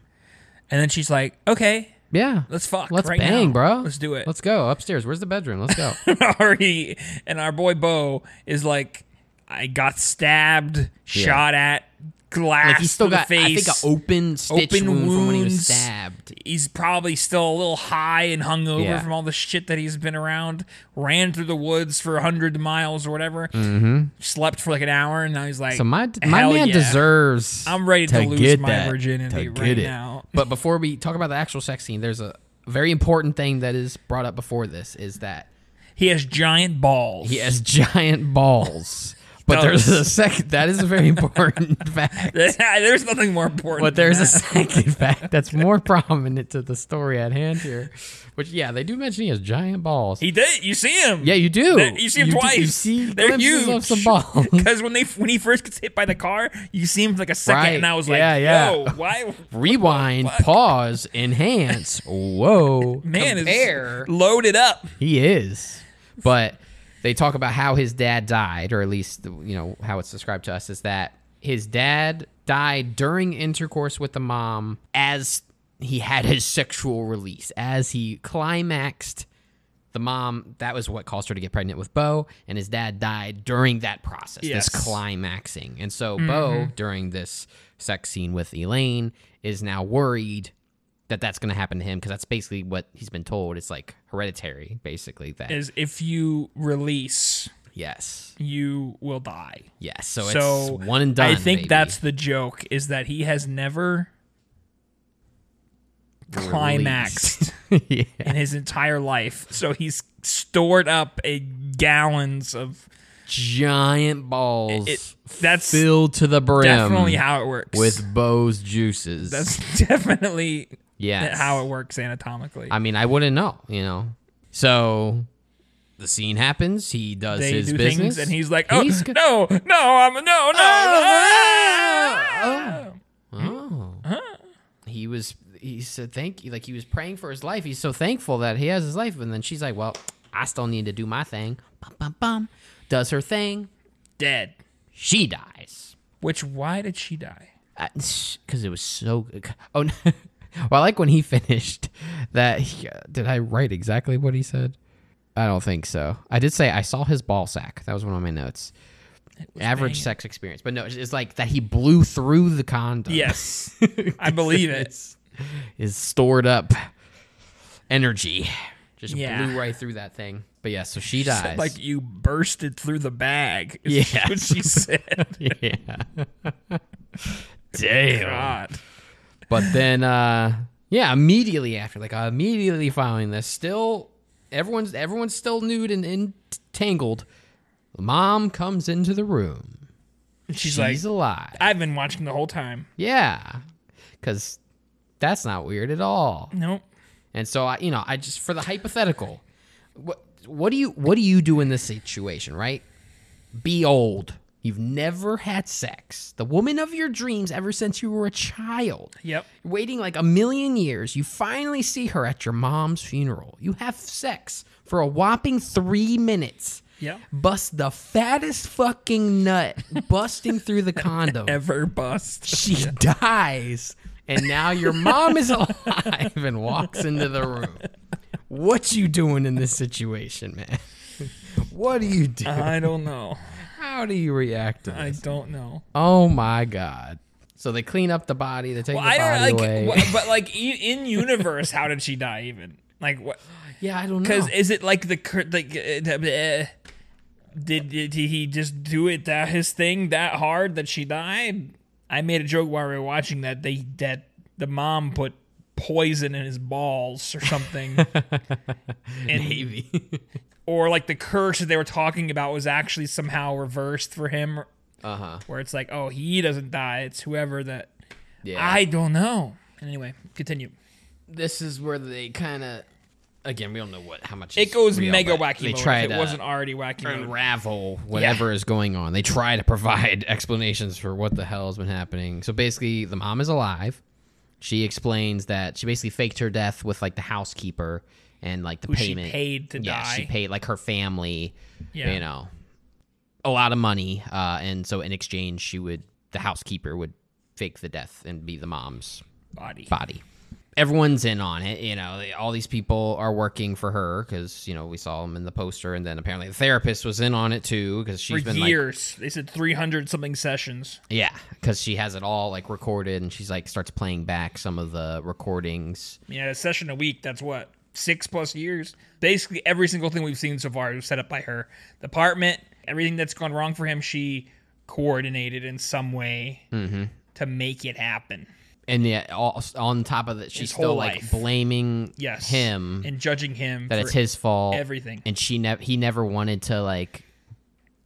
And then she's like, "Okay,
Yeah,
Let's fuck
Let's
right
bang,
now.
bro.
Let's do it.
Let's go upstairs. Where's the bedroom? Let's go.
Ari and our boy Bo is like, I got stabbed, shot at, glass
like he's still
to the
got I
face.
think an open stitch
Open
wound from when he was
wounds.
stabbed.
he's probably still a little high and hungover
Yeah.
from all the shit that he's been around. Ran through the woods for hundred miles or whatever. Slept for like an hour, and now he's like,
Mm-hmm. So my my
"Hell
man
yeah."
deserves.
I'm ready to lose
get
my virginity
to
right
get it.
now.
But before we talk about the actual sex scene, there's a very important thing that is brought up before this: is that
He has giant balls.
He has giant balls. But
does.
there's a second. That is a very important fact.
There's nothing more important.
But there's a
than that.
second fact that's more prominent to the story at hand here. Which, yeah, they do mention he has giant balls.
He did. You see him.
yeah, you do.
There- you see him
do-
twice.
you see
They're
glimpses
huge.
of some balls.
Because when they when he first gets hit by the car, you see him for like a second,
Right.
and I was like,
Yeah, yeah.
"Yo, why?"
Rewind, pause, enhance. Whoa.
Man
compare.
is loaded up.
He is. But they talk about how his dad died, or at least, you know, how it's described to us is that his dad died during intercourse with the mom as he had his sexual release, as he climaxed the mom. That was what caused her to get pregnant with Bo, and his dad died during that process,
Yes.
this climaxing. And so Bo, during this sex scene with Elaine, is now worried that that's going to happen to him because that's basically what he's been told. It's like hereditary, basically. That
Is if you release,
yes,
you will die.
yes. So,
so
it's one and done.
I think
baby.
that's the joke is that he has never climaxed
yeah.
in his entire life. So he's stored up a gallons of
giant balls
It- that's
filled to the brim.
definitely how it works.
with Bo's juices.
that's definitely
yes.
how it works anatomically.
I mean, I wouldn't know. You know. So the scene happens. He does
they
his
do
business,
things and he's like, "Oh,
He's go-
no, no, I'm no, no." ah!"
Oh. He was he said thank you like he was praying for his life. He's so thankful that he has his life and then she's like, "Well, I still need to do my thing." Bum bum bum. Does her thing.
Dead.
She dies.
Which why did she die?
Cuz it was so Oh no. Well, I like when he finished that he, uh, did I write exactly what he said? I don't think so. I did say I saw his ball sack. That was one of my notes. Average
banging.
sex experience. But no, it's like that he blew through the condom.
Yes, I believe it.
is stored up energy. Just
Yeah.
blew right through that thing. But yeah, so she dies.
Said, like you bursted through the bag. Is
Yes.
what she said.
yeah. Damn.
God.
But then uh yeah, immediately after, like immediately following this, still everyone's everyone's still nude and entangled. Mom comes into the room.
And She's
She's
like,
alive.
I've been watching the whole time.
yeah. Cause that's not weird at all.
Nope.
And so I, you know, I just for the hypothetical, what what do you what do you do in this situation, right? Be old. You've never had sex. The woman of your dreams ever since you were a child.
Yep.
Waiting like a million years, you finally see her at your mom's funeral. You have sex for a whopping 3 minutes.
Yep.
Bust the fattest fucking nut busting through the condom
Ever bust.
she dies and now your mom is alive and walks into the room what you doing in this situation man what do you do
I don't know.
how do you react to
Uh, I
this
don't know.
oh my god so they clean up the body they take
Well,
the
I
body
don't
away
like. What, but like e- in universe, how did she die? Even like what?
yeah i don't know
Because is it like the cur- like uh, the- uh, did, did he just do it that his thing that hard that she died? I made a joke while we were watching that they that the mom put poison in his balls or something, and
maybe
or like the curse that they were talking about was actually somehow reversed for him,
uh-huh
where it's like oh he doesn't die, it's whoever that
yeah
I don't know. Anyway, continue.
this is where they kind of again we don't know what how much
It
is
goes
real,
mega
but
wacky
they
mode.
try
if it
to-
wasn't already wacky mode.
unravel whatever is going on. They try to provide explanations for what the hell has been happening. So basically, the mom is alive. She explains that she basically faked her death with like the housekeeper and like the
she
payment.
paid to
yeah,
die.
she paid like her family.
Yeah.
you know, a lot of money. Uh, and so in exchange, she would the housekeeper would fake the death and be the mom's
body.
body. Everyone's in on it, you know. They, all these people are working for her because you know we saw them in the poster, and then apparently the therapist was in on it too because
for
she's been like,
years. they said 300 something sessions.
yeah, because she has it all like recorded, and she's like starts playing back some of the recordings.
Yeah, a session a week. That's what six plus years. Basically, every single thing we've seen so far was set up by her. The apartment, everything that's gone
Mm-hmm.
wrong for him, she coordinated in some way to make it happen.
and yeah, all, on top of that, she's
whole
still like
life.
blaming
Yes.
him
and judging him
that
for
it's his fault,
everything.
and she never he never wanted to like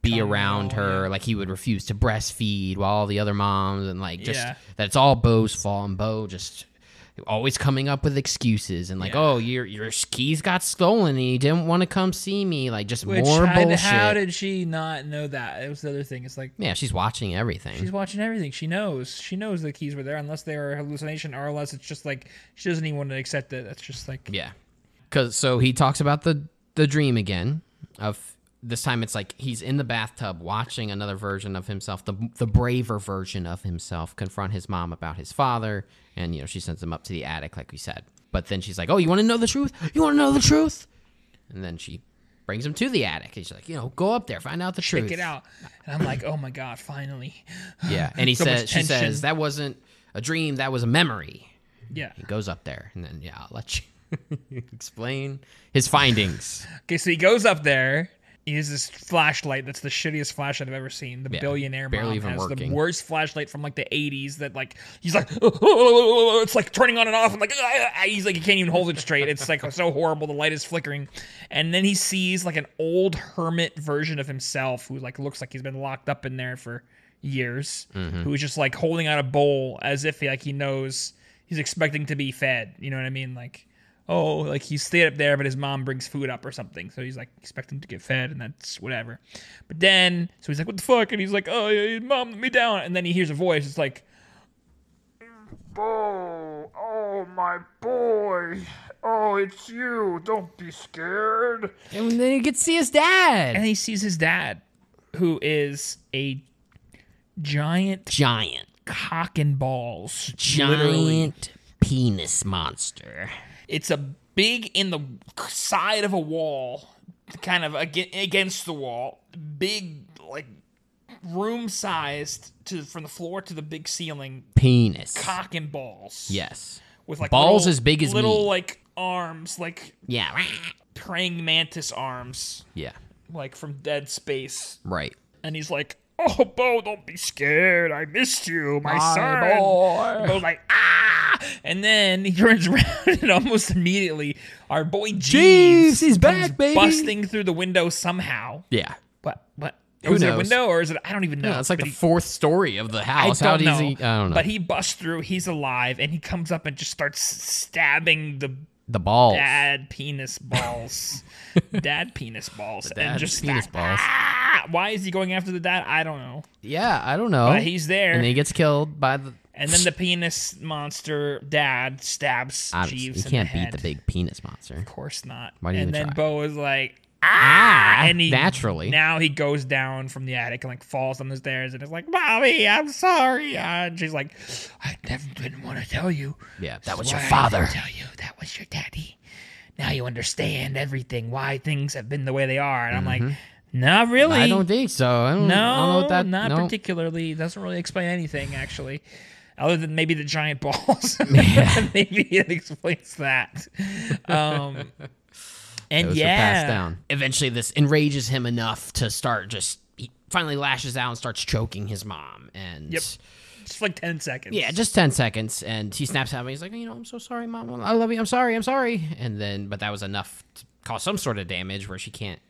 be around her, like he would refuse to breastfeed while all the other moms and like just
Yeah.
that it's all Bo's fault and Bo just always coming up with excuses and like oh your your skis got stolen and he didn't want to come see me like just
Which
more
how,
bullshit.
how did she not know that? It was the other thing. It's like
yeah, she's watching everything.
she's watching everything. She knows. She knows the keys were there, unless they are a hallucination, or unless it's just like she doesn't even want to accept it. That's just like
Yeah. Cause so he talks about the the dream again of this time it's like he's in the bathtub watching another version of himself, the the braver version of himself confront his mom about his father and you know she sends him up to the attic like we said. But then she's like, "Oh, you want to know the truth? You want to know the truth?" And then she brings him to the attic. He's like, "You know, go up there, find out the truth."
Check it out. And I'm like, oh my god, finally.
Yeah. And he
So much
says she
tension.
says that wasn't a dream, that was a memory.
Yeah.
He goes up there and then yeah, I'll let you explain his findings.
Okay, so he goes up there. He has this flashlight that's the shittiest flashlight I've ever seen. The billionaire
barely
mom
even
has
working.
the worst flashlight from like the '80s. That like he's like "Oh," it's like turning on and off, and like "Ah," he's like he can't even hold it straight. It's like so horrible. The light is flickering, and then he sees like an old hermit version of himself who like looks like he's been locked up in there for years.
Mm-hmm.
Who's just like holding out a bowl as if like he knows he's expecting to be fed. You know what I mean? Like oh, like he stayed up there, but his mom brings food up or something. So he's like expecting to get fed, and that's whatever. But then, so he's like, what the fuck? And he's like, oh, yeah, yeah, mom, let me down. And then he hears a voice. It's like,
Bo, oh my boy. Oh, it's you. Don't be scared.
And then he could see his dad.
and he sees his dad, who is a giant
Giant,
cock and balls.
giant
Literally.
penis monster.
It's a big in the side of a wall, kind of aga- against the wall, big, like, room sized to from the floor to the big ceiling
Penis.
cock and balls.
Yes.
With like
Balls
little-
as big as
little
me.
like arms, like
Yeah.
praying mantis arms,
Yeah.
like from Dead Space.
Right.
And he's like, "Oh, Bo, don't be scared. I missed you, my, son." Bo's like, "Ah!" And then he turns around and almost immediately, our boy Jeeves,
Jeeves, he's
comes
back, baby.
busting through the window somehow.
Yeah.
But what? was it a
knows?
window or is it? I don't even know.
No, it's like
But
the
he-
fourth story of the
I
house.
don't,
How does
know,
he? I don't know.
But he busts through. He's alive, and he comes up and just starts stabbing the
the balls.
dad penis balls, dad penis balls, and
dad's
just
penis
that-
balls.
Ah! Why is he going after the dad? I don't know.
Yeah, I don't know.
But he's there,
and then he gets killed by the.
the penis monster dad stabs
Obviously,
Jeeves.
you
in
can't
the
beat
head.
the big penis monster.
Of course not.
Why do you
and
even
then
try?
Bo is like,
Ah,
and he
naturally.
Now he goes down from the attic and like falls on the stairs and is like, "Mommy, I'm sorry." Uh, And she's like, "I never didn't want to tell you."
Yeah, that was your
Why I
father.
didn't tell you that was your daddy. Now you understand everything. Why things have been the way they are. And I'm like, not really.
Mm-hmm. I don't think so. Hmm, I don't,
No,
I don't know what that.
not
no.
particularly. It doesn't really explain anything actually. Other than maybe the giant balls, maybe it explains that. Um, and
Those were
yeah,
passed down. Eventually, this enrages him enough to start just. He finally lashes out and starts choking his mom. And
Yep. just like ten seconds.
yeah, just 10 seconds. And he snaps out of it. He's like, you know, I'm so sorry, mom. I love you. I'm sorry. I'm sorry. And then, but that was enough to cause some sort of damage where she can't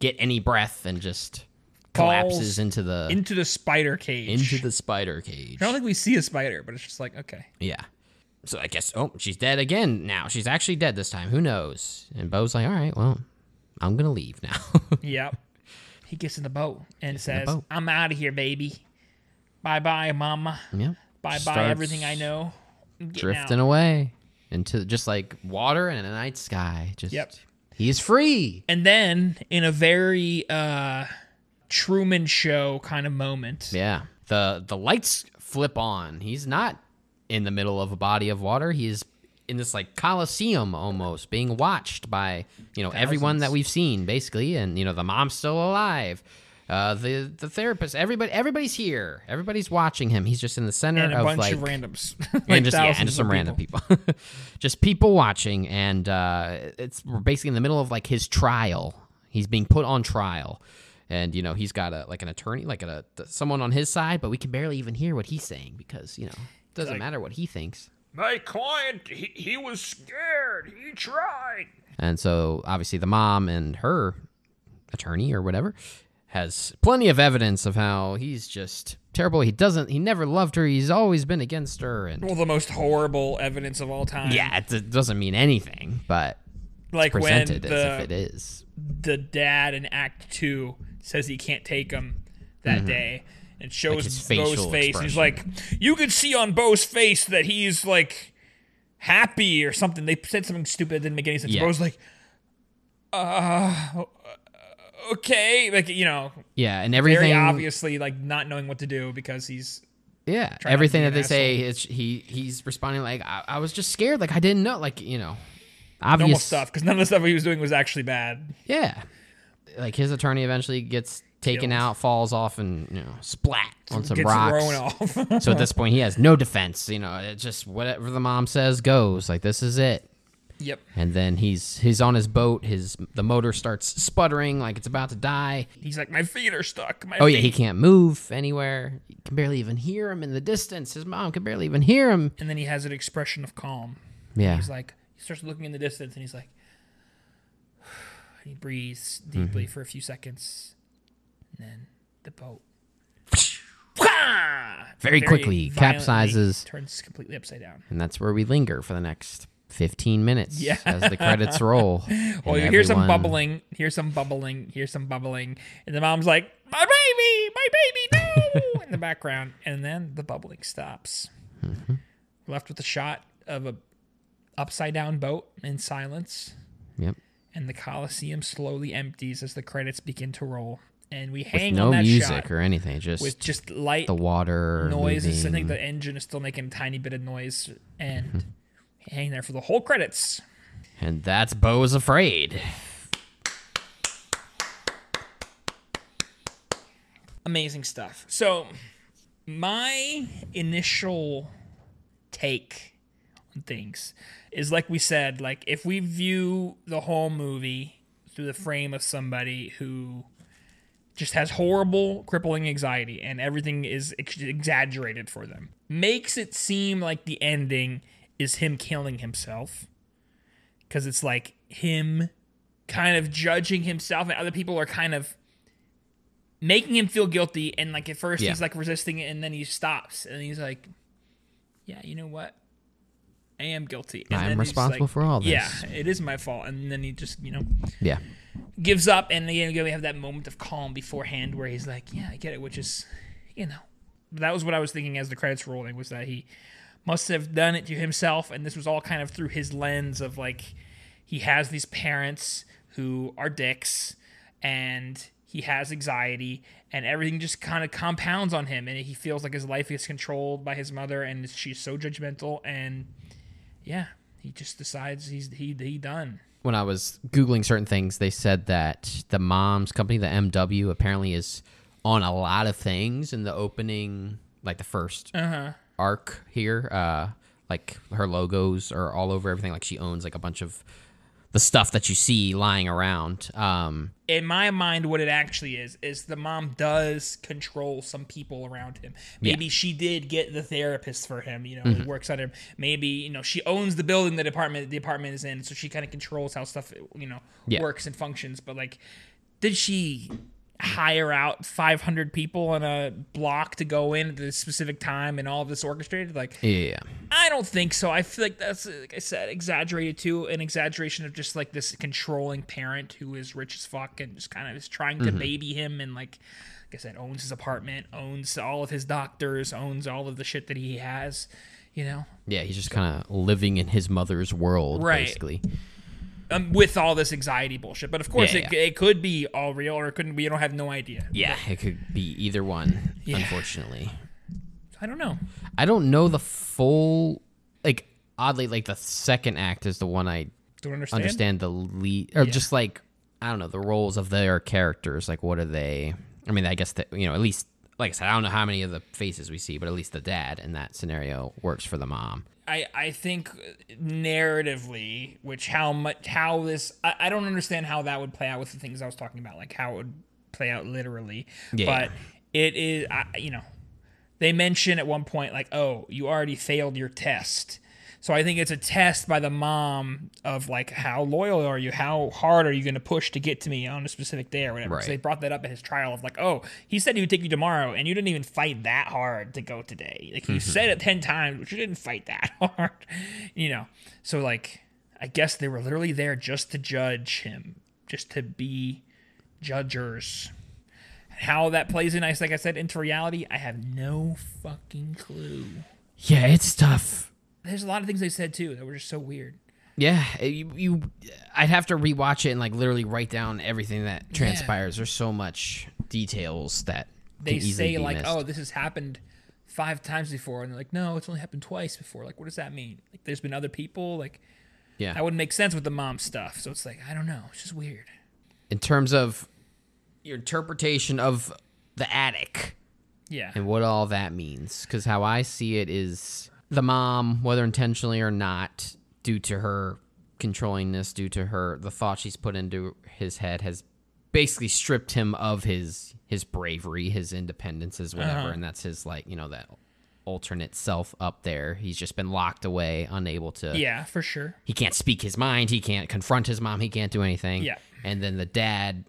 get any breath and just collapses
Falls
into the.
into the spider cage.
into the spider cage.
I don't think we see a spider, but it's just like okay.
Yeah. So I guess oh she's dead again now. She's actually dead this time. Who knows? And Bo's like, all right, well, I'm gonna leave now.
Yep. He gets in the boat and
in
says,
the boat.
"I'm out of here, baby. Bye bye, mama.
yeah.
Bye
Starts
bye, everything I know. I'm getting
Drifting
out."
away into just like water and a night sky. Just
Yep.
he's free.
And then, in a very uh Truman Show kind of moment,
Yeah. The the lights flip on. He's not in the middle of a body of water. He is in this like coliseum almost being watched by you know everyone that we've seen basically and you know the mom's still alive uh the the therapist everybody everybody's here everybody's watching him he's just in the center
and a
of
bunch
like
of randoms,
and just yeah, and just some random people, just people watching, and uh, it's we're basically in the middle of like his trial. He's being put on trial, and you know he's got a like an attorney, like a, someone on his side, but we can barely even hear what he's saying because you know Doesn't matter what he thinks.
My client, he, he was scared. He tried.
And so obviously the mom and her attorney or whatever has plenty of evidence of how he's just terrible. He doesn't he never loved her. He's always been against her and
Well, the most horrible evidence of all time.
yeah, it, it doesn't mean anything, but
like when
presented as if it
the,
is.
the dad in Act Two says he can't take him that day, and shows
Mm-hmm. his
Bo's
facial
face. He's like, you could see on Bo's face that he's like happy or something. They said something stupid that didn't make any sense.
Yeah.
Bo's like, uh, okay, like you know,
Yeah, and
very
everything
obviously like not knowing what to do because he's
Yeah,
not to
everything
be an
that they say is he he's responding like I, I was just scared, like I didn't know, like you know, obvious
normal stuff because none of the stuff he was doing was actually bad.
Yeah, like his attorney eventually gets taken
Killed.
out, falls off, and you know splat on some
Gets
rocks.
thrown off.
so at this point, he has no defense. You know, it's just whatever the mom says goes. Like this is it.
yep.
And then he's he's on his boat. His the motor starts sputtering, like it's about to die.
He's like, my feet are stuck. My
Oh yeah,
feet."
he can't move anywhere. You can barely even hear him in the distance. His mom can barely even hear him.
and then he has an expression of calm.
Yeah,
He's like, he starts looking in the distance and he's like, and he breathes deeply
Mm-hmm.
for a few seconds. And then the boat.
Very quickly
violently
capsizes.
Turns completely upside down.
and that's where we linger for the next fifteen minutes
Yeah.
as the credits roll.
Well,
And
you hear some
everyone-
bubbling, hear some bubbling, hear some bubbling. And the mom's like, my baby, my baby, no, in the background. And then the bubbling stops.
Mm-hmm.
We're Left with a shot of a upside down boat in silence.
Yep.
and the Coliseum slowly empties as the credits begin to roll. And we hang
no
on that
music
shot
or anything. Just
with just light
the water
noises. I think
moving.
the engine is still making a tiny bit of noise, and we
Mm-hmm.
hang there for the whole credits.
and that's Bo's afraid.
Amazing stuff. So, my initial take on things is like we said, like if we view the whole movie through the frame of somebody who just has horrible, crippling anxiety, and everything is ex- exaggerated for them. Makes it seem like the ending is him killing himself, because it's like him kind of judging himself, and other people are kind of making him feel guilty. And like at first,
Yeah.
he's like resisting it, and then he stops, and he's like, "Yeah, you know what? I am guilty. And
I am
then he's
responsible for all this."
Yeah, it is my fault." And then he just, you know,
Yeah.
gives up, and you know, we have that moment of calm beforehand where he's like, "Yeah, I get it," which is, you know, that was what I was thinking as the credits were rolling was that he must have done it to himself, and this was all kind of through his lens of like he has these parents who are dicks, and he has anxiety, and everything just kind of compounds on him, and he feels like his life is controlled by his mother, and she's so judgmental, and yeah, he just decides he's he he done.
When I was googling certain things, they said that the mom's company, the MW, apparently is on a lot of things in the opening, like the 1st arc here. Uh, like her logos are all over everything. Like she owns like a bunch of the stuff that you see lying around. Um,
in my mind, what it actually is is the mom does control some people around him. Maybe she did get the therapist for him, you know, who works on him. Maybe you know she owns the building, the apartment, the apartment is in, so she kind of controls how stuff you know
Yeah.
works and functions. But like, did she hire out 500 people on a block to go in at this specific time and all of this orchestrated? Like,
yeah.
I don't think so. I feel like that's, uh, like I said, exaggerated too. An exaggeration of just like this controlling parent who is rich as fuck and just kind of is trying to
Mm-hmm.
baby him and like, like I said, owns his apartment, owns all of his doctors, owns all of the shit that he has, you know,
Yeah, he's just kind of living in his mother's world,
Right.
basically.
um, with all this anxiety bullshit. But of course,
Yeah,
it,
yeah.
it could be all real or it couldn't be. You don't have no idea.
Yeah, it could be either one, unfortunately.
I don't know.
I don't know the full like oddly like the second act is the one I
Don't understand.
understand the lead or just like I don't know the roles of their characters like what are they I mean I guess that you know at least like I said I don't know how many of the faces we see but at least the dad in that scenario works for the mom.
I, I think narratively, which how much how this I, I don't understand how that would play out with the things I was talking about, like how it would play out literally.
Yeah.
But it is I, you know they mention at one point like, "Oh, you already failed your test." So I think it's a test by the mom of like how loyal are you? How hard are you going to push to get to me on a specific day or whatever?
Right.
So they brought that up at his trial of like, oh, he said he would take you tomorrow, and you didn't even fight that hard to go today. Like you said it ten times, but you didn't fight that hard, you know. So like, I guess they were literally there just to judge him, just to be judgers. How that plays in, I like I said, into reality, I have no fucking clue.
Yeah, it's tough.
There's a lot of things they said too that were just so weird.
Yeah, eh, you, you I'd have to rewatch it and like literally write down everything that transpires. There's so much details that
They
can easily
say
be
like,
missed.
"Oh, this has happened five times before," and they're like, "No, it's only happened twice before." Like, what does that mean? Like, there's been other people. Like,
Yeah.
that wouldn't make sense with the mom stuff. So it's like, I don't know. It's just weird.
in terms of your interpretation of the attic
Yeah.
and what all that means. Because how I see it is the mom, whether intentionally or not, due to her controlling this, due to her the thought she's put into his head, has basically stripped him of his his bravery, his independence, his whatever,
Uh-huh.
and that's his like you know that alternate self up there. He's just been locked away, unable to
Yeah, for sure.
he can't speak his mind he can't confront his mom he can't do anything
Yeah.
and then the dad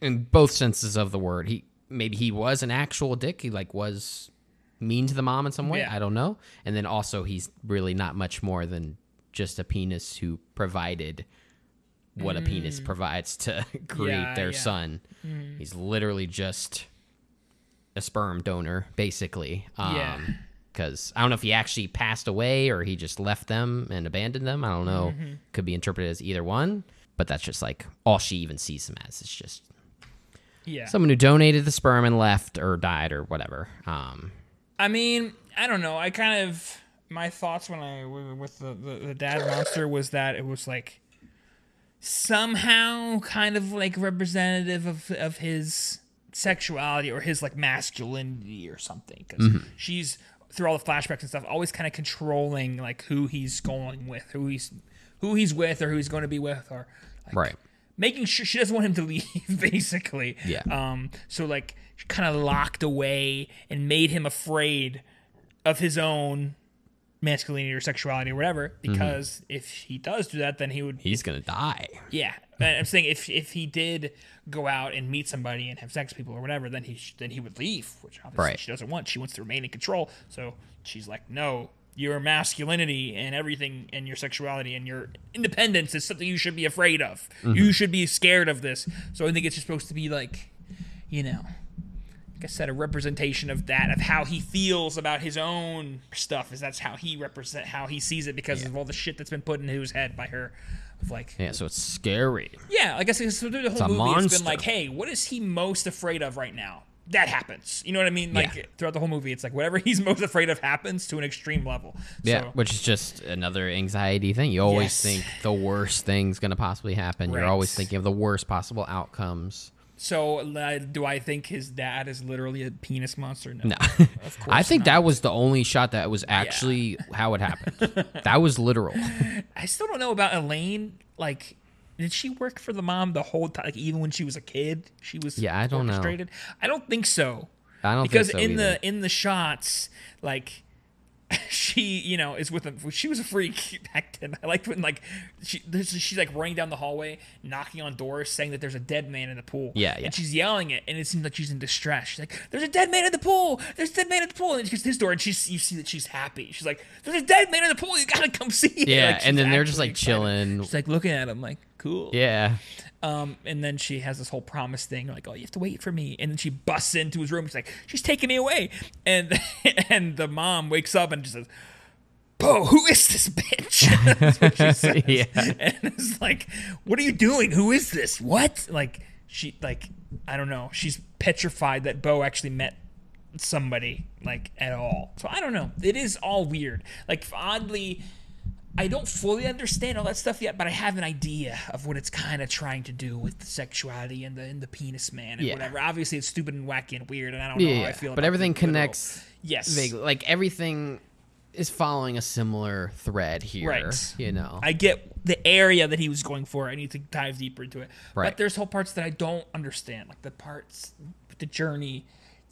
in both senses of the word he maybe he was an actual dick he like was mean to the mom in some way
Yeah.
i don't know and then also he's really not much more than just a penis who provided what a penis provides to create
Mm. Yeah,
their
yeah. Mm.
son he's literally just a sperm donor basically um
Yeah.
because I don't know if he actually passed away or he just left them and abandoned them. I don't know.
Mm-hmm.
Could be interpreted as either one, but that's just like all she even sees him as. It's just
Yeah.
someone who donated the sperm and left or died or whatever. Um,
I mean, I don't know. I kind of my thoughts when I with the the, the dad monster was that it was like somehow kind of like representative of of his sexuality or his like masculinity or something because she's through all the flashbacks and stuff always kind of controlling like who he's going with who he's who he's with or who he's going to be with or like,
right.
making sure she doesn't want him to leave basically
Yeah.
um so like kind of locked away and made him afraid of his own masculinity or sexuality or whatever because if he does do that then he would
He's going to die.
yeah And i'm saying if if he did go out and meet somebody and have sex with people or whatever then he sh- then he would leave which obviously
Right.
she doesn't want she wants to remain in control so she's like no your masculinity and everything and your sexuality and your independence is something you should be afraid of you should be scared of this so i think it's just supposed to be like you know like I said, a representation of that, of how he feels about his own stuff, is that's how he represent, how he sees it because of all the shit that's been put into his head by her, of like,
Yeah, so it's scary.
yeah, like I said, so through the whole
a
movie it's
monster.
been like, hey, what is he most afraid of right now? That happens. You know what I mean? Like
Yeah.
throughout the whole movie, it's like whatever he's most afraid of happens to an extreme level.
Yeah,
So,
which is just another anxiety thing. You always
Yes.
think the worst thing's going to possibly happen. You're
Right.
always thinking of the worst possible outcomes.
so uh, do I think his dad is literally a penis monster? No.
No. I think that was the only shot that was actually how it happened. that was literal.
I still don't know about Elaine. Like, did she work for the mom the whole time? Like, even when she was a kid, she was
Yeah, I don't know.
orchestrated? I don't think so.
I don't
because
think so
in
either.
the in the shots, like she, you know, is with him. She was a freak back then. I liked when like she this, she's like running down the hallway, knocking on doors, saying that there's a dead man in the pool.
Yeah, yeah.
And she's yelling it, and it seems like she's in distress. She's like, "There's a dead man in the pool. There's a dead man in the pool." And she gets to his door, and she's you see that she's happy. She's like, "There's a dead man in the pool. You gotta come see it."
Yeah,
Like, she's
and then they're just
actually
like
excited.
chilling.
She's like looking at him, like, "Cool."
Yeah.
Um, and then she has this whole promise thing, like, "Oh, you have to wait for me." And then she busts into his room. She's like, "She's taking me away," and and the mom wakes up and just says, "Bo, who is this bitch?" That's what she says.
Yeah.
And it's like, "What are you doing? Who is this? What?" Like she, like, I don't know. She's petrified that Bo actually met somebody like at all. So I don't know. It is all weird. Like oddly. I don't fully understand all that stuff yet, but I have an idea of what it's kind of trying to do with the sexuality and the and the penis man and
Yeah.
whatever. Obviously, it's stupid and wacky and weird, and I don't know how I
Yeah.
feel.
But
about
everything
the literal-
connects
Yes,
vaguely. Like everything is following a similar thread here.
Right.
You know.
I get the area that he was going for. I need to dive deeper into it.
Right.
But there's whole parts that I don't understand, like the parts, with the journey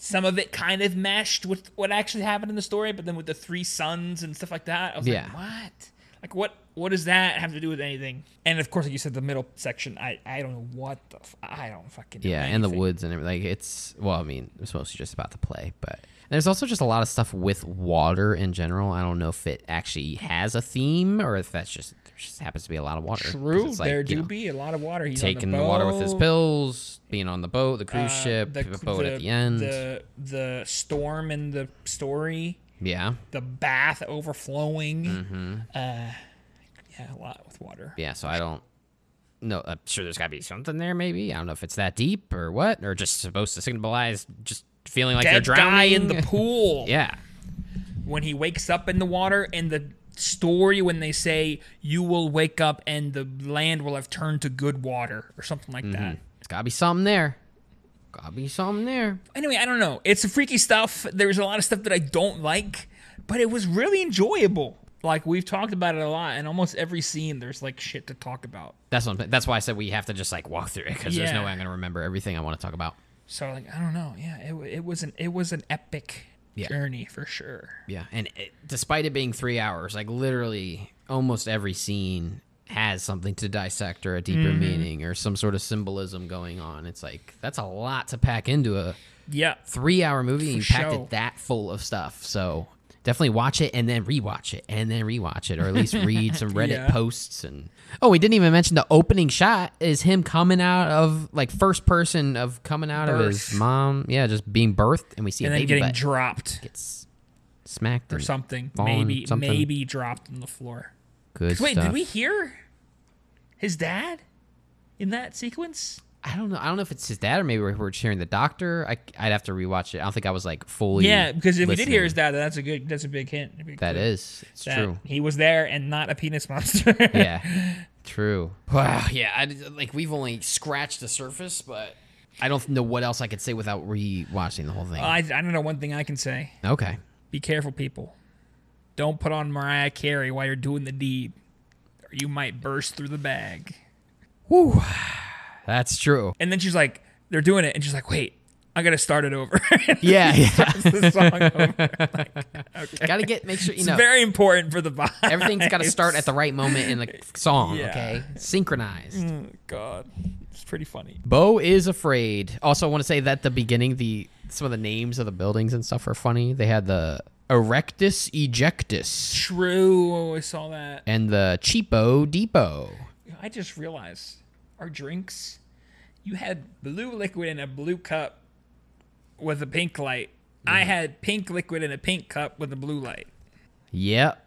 Some of it kind of meshed with what actually happened in the story, but then with the three sons and stuff like that, I was
Yeah.
like, what? Like what? What does that have to do with anything? And of course, like you said, the middle section, I I don't know what the f- I don't fucking know
Yeah, and the
anything.
woods and everything. Like it's well, I mean, it's mostly just about the play, but and there's also just a lot of stuff with water in general. I don't know if it actually has a theme or if that's just there just happens to be a lot of water. 'Cause
True,
it's like,
there
you
do
know,
be a lot of water. He's on
taking the, water with his
boat.
pills, being on the boat, the cruise
uh,
ship, the, boat at the end.
The the storm in the story,
yeah,
the bath overflowing.
Mm-hmm.
Uh, yeah, a lot with water.
yeah. So I don't. No, I'm sure there's got to be something there. Maybe I don't know if it's that deep or what, or just supposed to symbolize just feeling like
Dead
they're
guy
drowning
in the pool.
Yeah,
When he wakes up in the water, and the story when they say you will wake up and the land will have turned to good water or something like that.
it's got to be something there. Got to be something there.
Anyway, I don't know. It's freaky stuff. There's a lot of stuff that I don't like, but it was really enjoyable. Like we've talked about it a lot, and almost every scene there's like shit to talk about.
That's what I'm, that's why I said we have to just like walk through it because there's no
Yeah.
way I'm gonna remember everything I want to talk about.
So like I don't know. Yeah, it, wa- it was an it was an epic
Yeah.
journey for sure.
Yeah, and it, despite it being three hours, like literally almost every scene has something to dissect or a deeper
Mm-hmm.
meaning or some sort of symbolism going on. It's like that's a lot to pack into a
Yeah.
three-hour movie. and You packed
show.
it that full of stuff, so definitely watch it and then rewatch it and then rewatch it or at least read some Reddit
Yeah.
posts and oh, we didn't even mention the opening shot is him coming out of like first person of coming out of his
Birth.
mom, yeah, just being birthed, and we see
And
a
then
baby
getting
butt
dropped
gets smacked
or
and-
something.
Falling,
maybe
something.
maybe dropped on the floor.
Good
Wait,
stuff.
did we hear his dad in that sequence?
I don't know. I don't know if it's his dad or maybe we were cheering the doctor. I, I'd have to rewatch it. I don't think I was like fully.
Yeah, because if we did hear his
listening.
dad, that's a good that's a big hint. a big
that
clue.
is, it's
That
true.
He was there and not a penis monster.
Yeah, true. Wow. Yeah. I, like we've only scratched the surface, but I don't know what else I could say without rewatching the whole thing.
I, I don't know one thing I can say.
okay.
Be careful, people. Don't put on Mariah Carey while you're doing the deed, or you might burst through the bag.
Woo. That's true.
And then she's like, they're doing it, and she's like, wait, I gotta start it over.
Yeah. yeah.
It's the song over.
gotta get make sure you
It's
know
very important for the vibe.
everything's got to start at the right moment in the song.
Yeah.
Okay. Synchronized.
God, it's pretty funny.
Bo is afraid. Also, I want to say that at the beginning, the some of the names of the buildings and stuff are funny. They had the Erectus Ejectus
True, oh, I saw that.
and the Cheapo Depot.
I just realized our drinks. You had blue liquid in a blue cup with a pink light.
Mm-hmm.
I had pink liquid in a pink cup with a blue light.
Yep,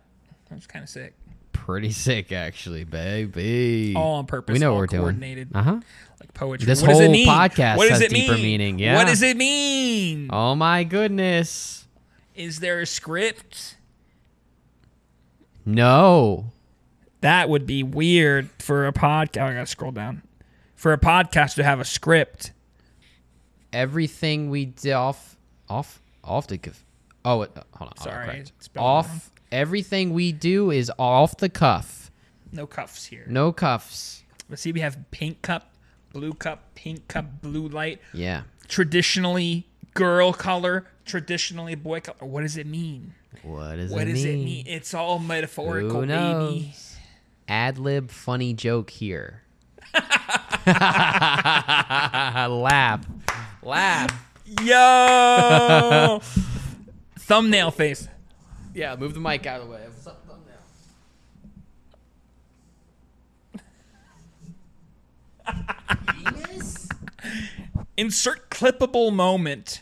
That was kind of sick.
pretty sick actually, baby.
All on purpose.
we know
all
what we're
coordinated,
doing. Uh huh.
Like poetry.
This
what does it
whole
mean?
podcast
what does it
has deeper
mean?
meaning, yeah.
What does it mean?
Oh my goodness.
Is there a script?
No.
That would be weird for a podcast. I gotta scroll down. For a podcast to have a script.
everything we did off off off the cuff. Oh, it, hold on.
Sorry,
I'll correct.
it's spelled
off.
wrong.
Everything we do is off the cuff.
No cuffs here.
No cuffs.
But see, we have pink cup, blue cup, pink cup, blue light.
Yeah.
Traditionally girl color, traditionally boy color. What does it mean?
What does
What
it
does
mean?
it mean? It's all metaphorical,
Who
baby.
knows? Ad lib funny joke here. Laugh. Laugh.
Yo! Thumbnail face.
Yeah, move the mic out of the way.
Insert clippable moment.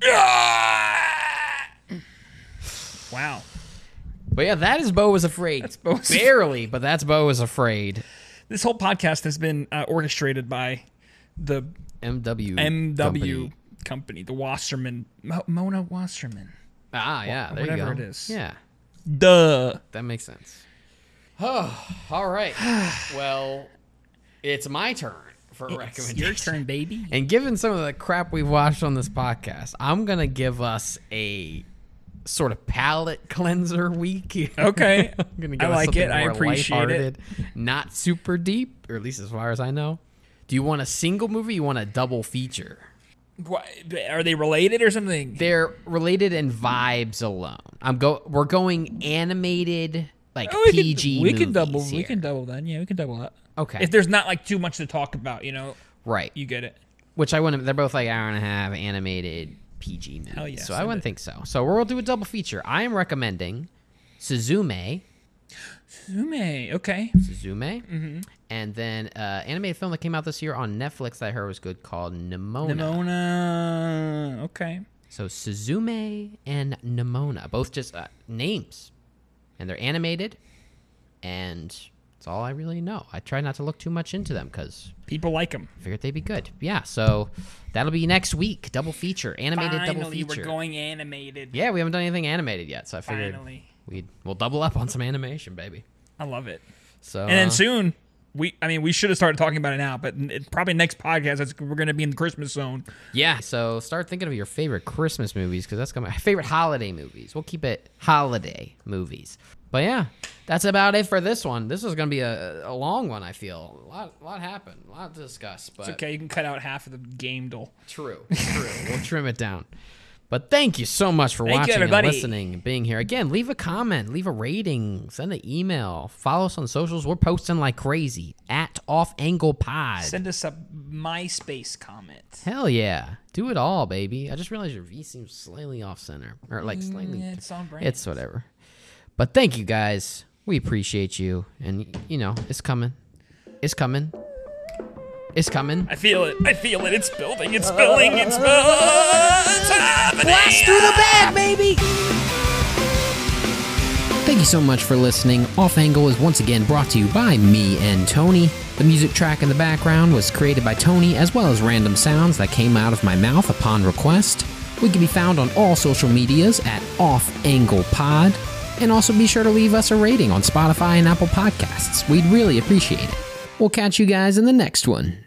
wow.
But yeah, that is Bo was afraid. That's
Bo was-
Barely, but that's Bo was afraid.
This whole podcast has been uh, orchestrated by the
MW.
MW
company.
company, the Wasserman, Mo- Mona Wasserman.
Ah, yeah. There you go.
whatever it is.
Yeah.
Duh.
That makes sense. Oh, all right. well, it's my turn for a
It's
recommendation.
your turn, baby.
And given some of the crap we've watched on this podcast, I'm going to give us a sort of palate cleanser week. here.
Okay.
I'm gonna
I
us
like
something
it. I
more
appreciate it.
lighthearted, Not super deep, or at least as far as I know. Do you want a single movie? You want a double feature?
Why- Are they related or something?
They're related in vibes alone. I'm go. We're going animated, like
Oh, we can-
PG.
we can
movies
double. We
here.
can double then. Yeah, we can double that.
Okay.
If there's not like too much to talk about, you know,
right.
you get it.
Which I wouldn't. They're both like hour and a half animated PG movies.
Hell yeah,
so I
send
wouldn't think so. So we'll do a double feature. I am recommending Suzume,
Sume, okay.
Suzume,
Mm-hmm.
and then uh, animated film that came out this year on Netflix that I heard was good called Nimona.
Nimona, okay.
So Suzume and Nimona, both just uh, names, and they're animated, and that's all I really know. I try not to look too much into them because
People like them.
I figured they'd be good. Yeah, so that'll be next week. Double feature, animated double
Finally,
feature.
we're going animated.
yeah, we haven't done anything animated yet, so I figured
Finally,
we'd we'll double up on some animation, baby.
I love it.
So
And
uh,
then soon, we. I mean, we should have started talking about it now, but n- it, probably next podcast, it's, we're going to be in the Christmas zone.
yeah, so start thinking of your favorite Christmas movies because that's coming. Favorite holiday movies. We'll keep it holiday movies. But yeah, that's about it for this one. This is gonna be a, a long one. I feel a lot, a lot happened, a lot to discuss. But
Okay, you can cut out half of the game, Dole.
True, true. we'll trim it down. But thank you so much for
Thank you,
watching and
everybody.
listening and being here. Again, leave a comment, leave a rating, send an email, follow us on socials. We're posting like crazy at Off Angle Pod.
Send us a MySpace comment.
Hell yeah. Do it all, baby. I just realized your V seems slightly off center or like slightly.
Mm, It's on brand.
It's whatever. But thank you guys. We appreciate you. And, you know, it's coming. It's coming. It's coming.
I feel it. I feel it. It's building. It's building. It's building. It's happening. Blast through the bag, baby.
Thank you so much for listening. Off Angle is once again brought to you by me and Tony. The music track in the background was created by Tony, as well as random sounds that came out of my mouth upon request. We can be found on all social medias at Off Angle Pod, and also be sure to leave us a rating on Spotify and Apple Podcasts. We'd really appreciate it. We'll catch you guys in the next one.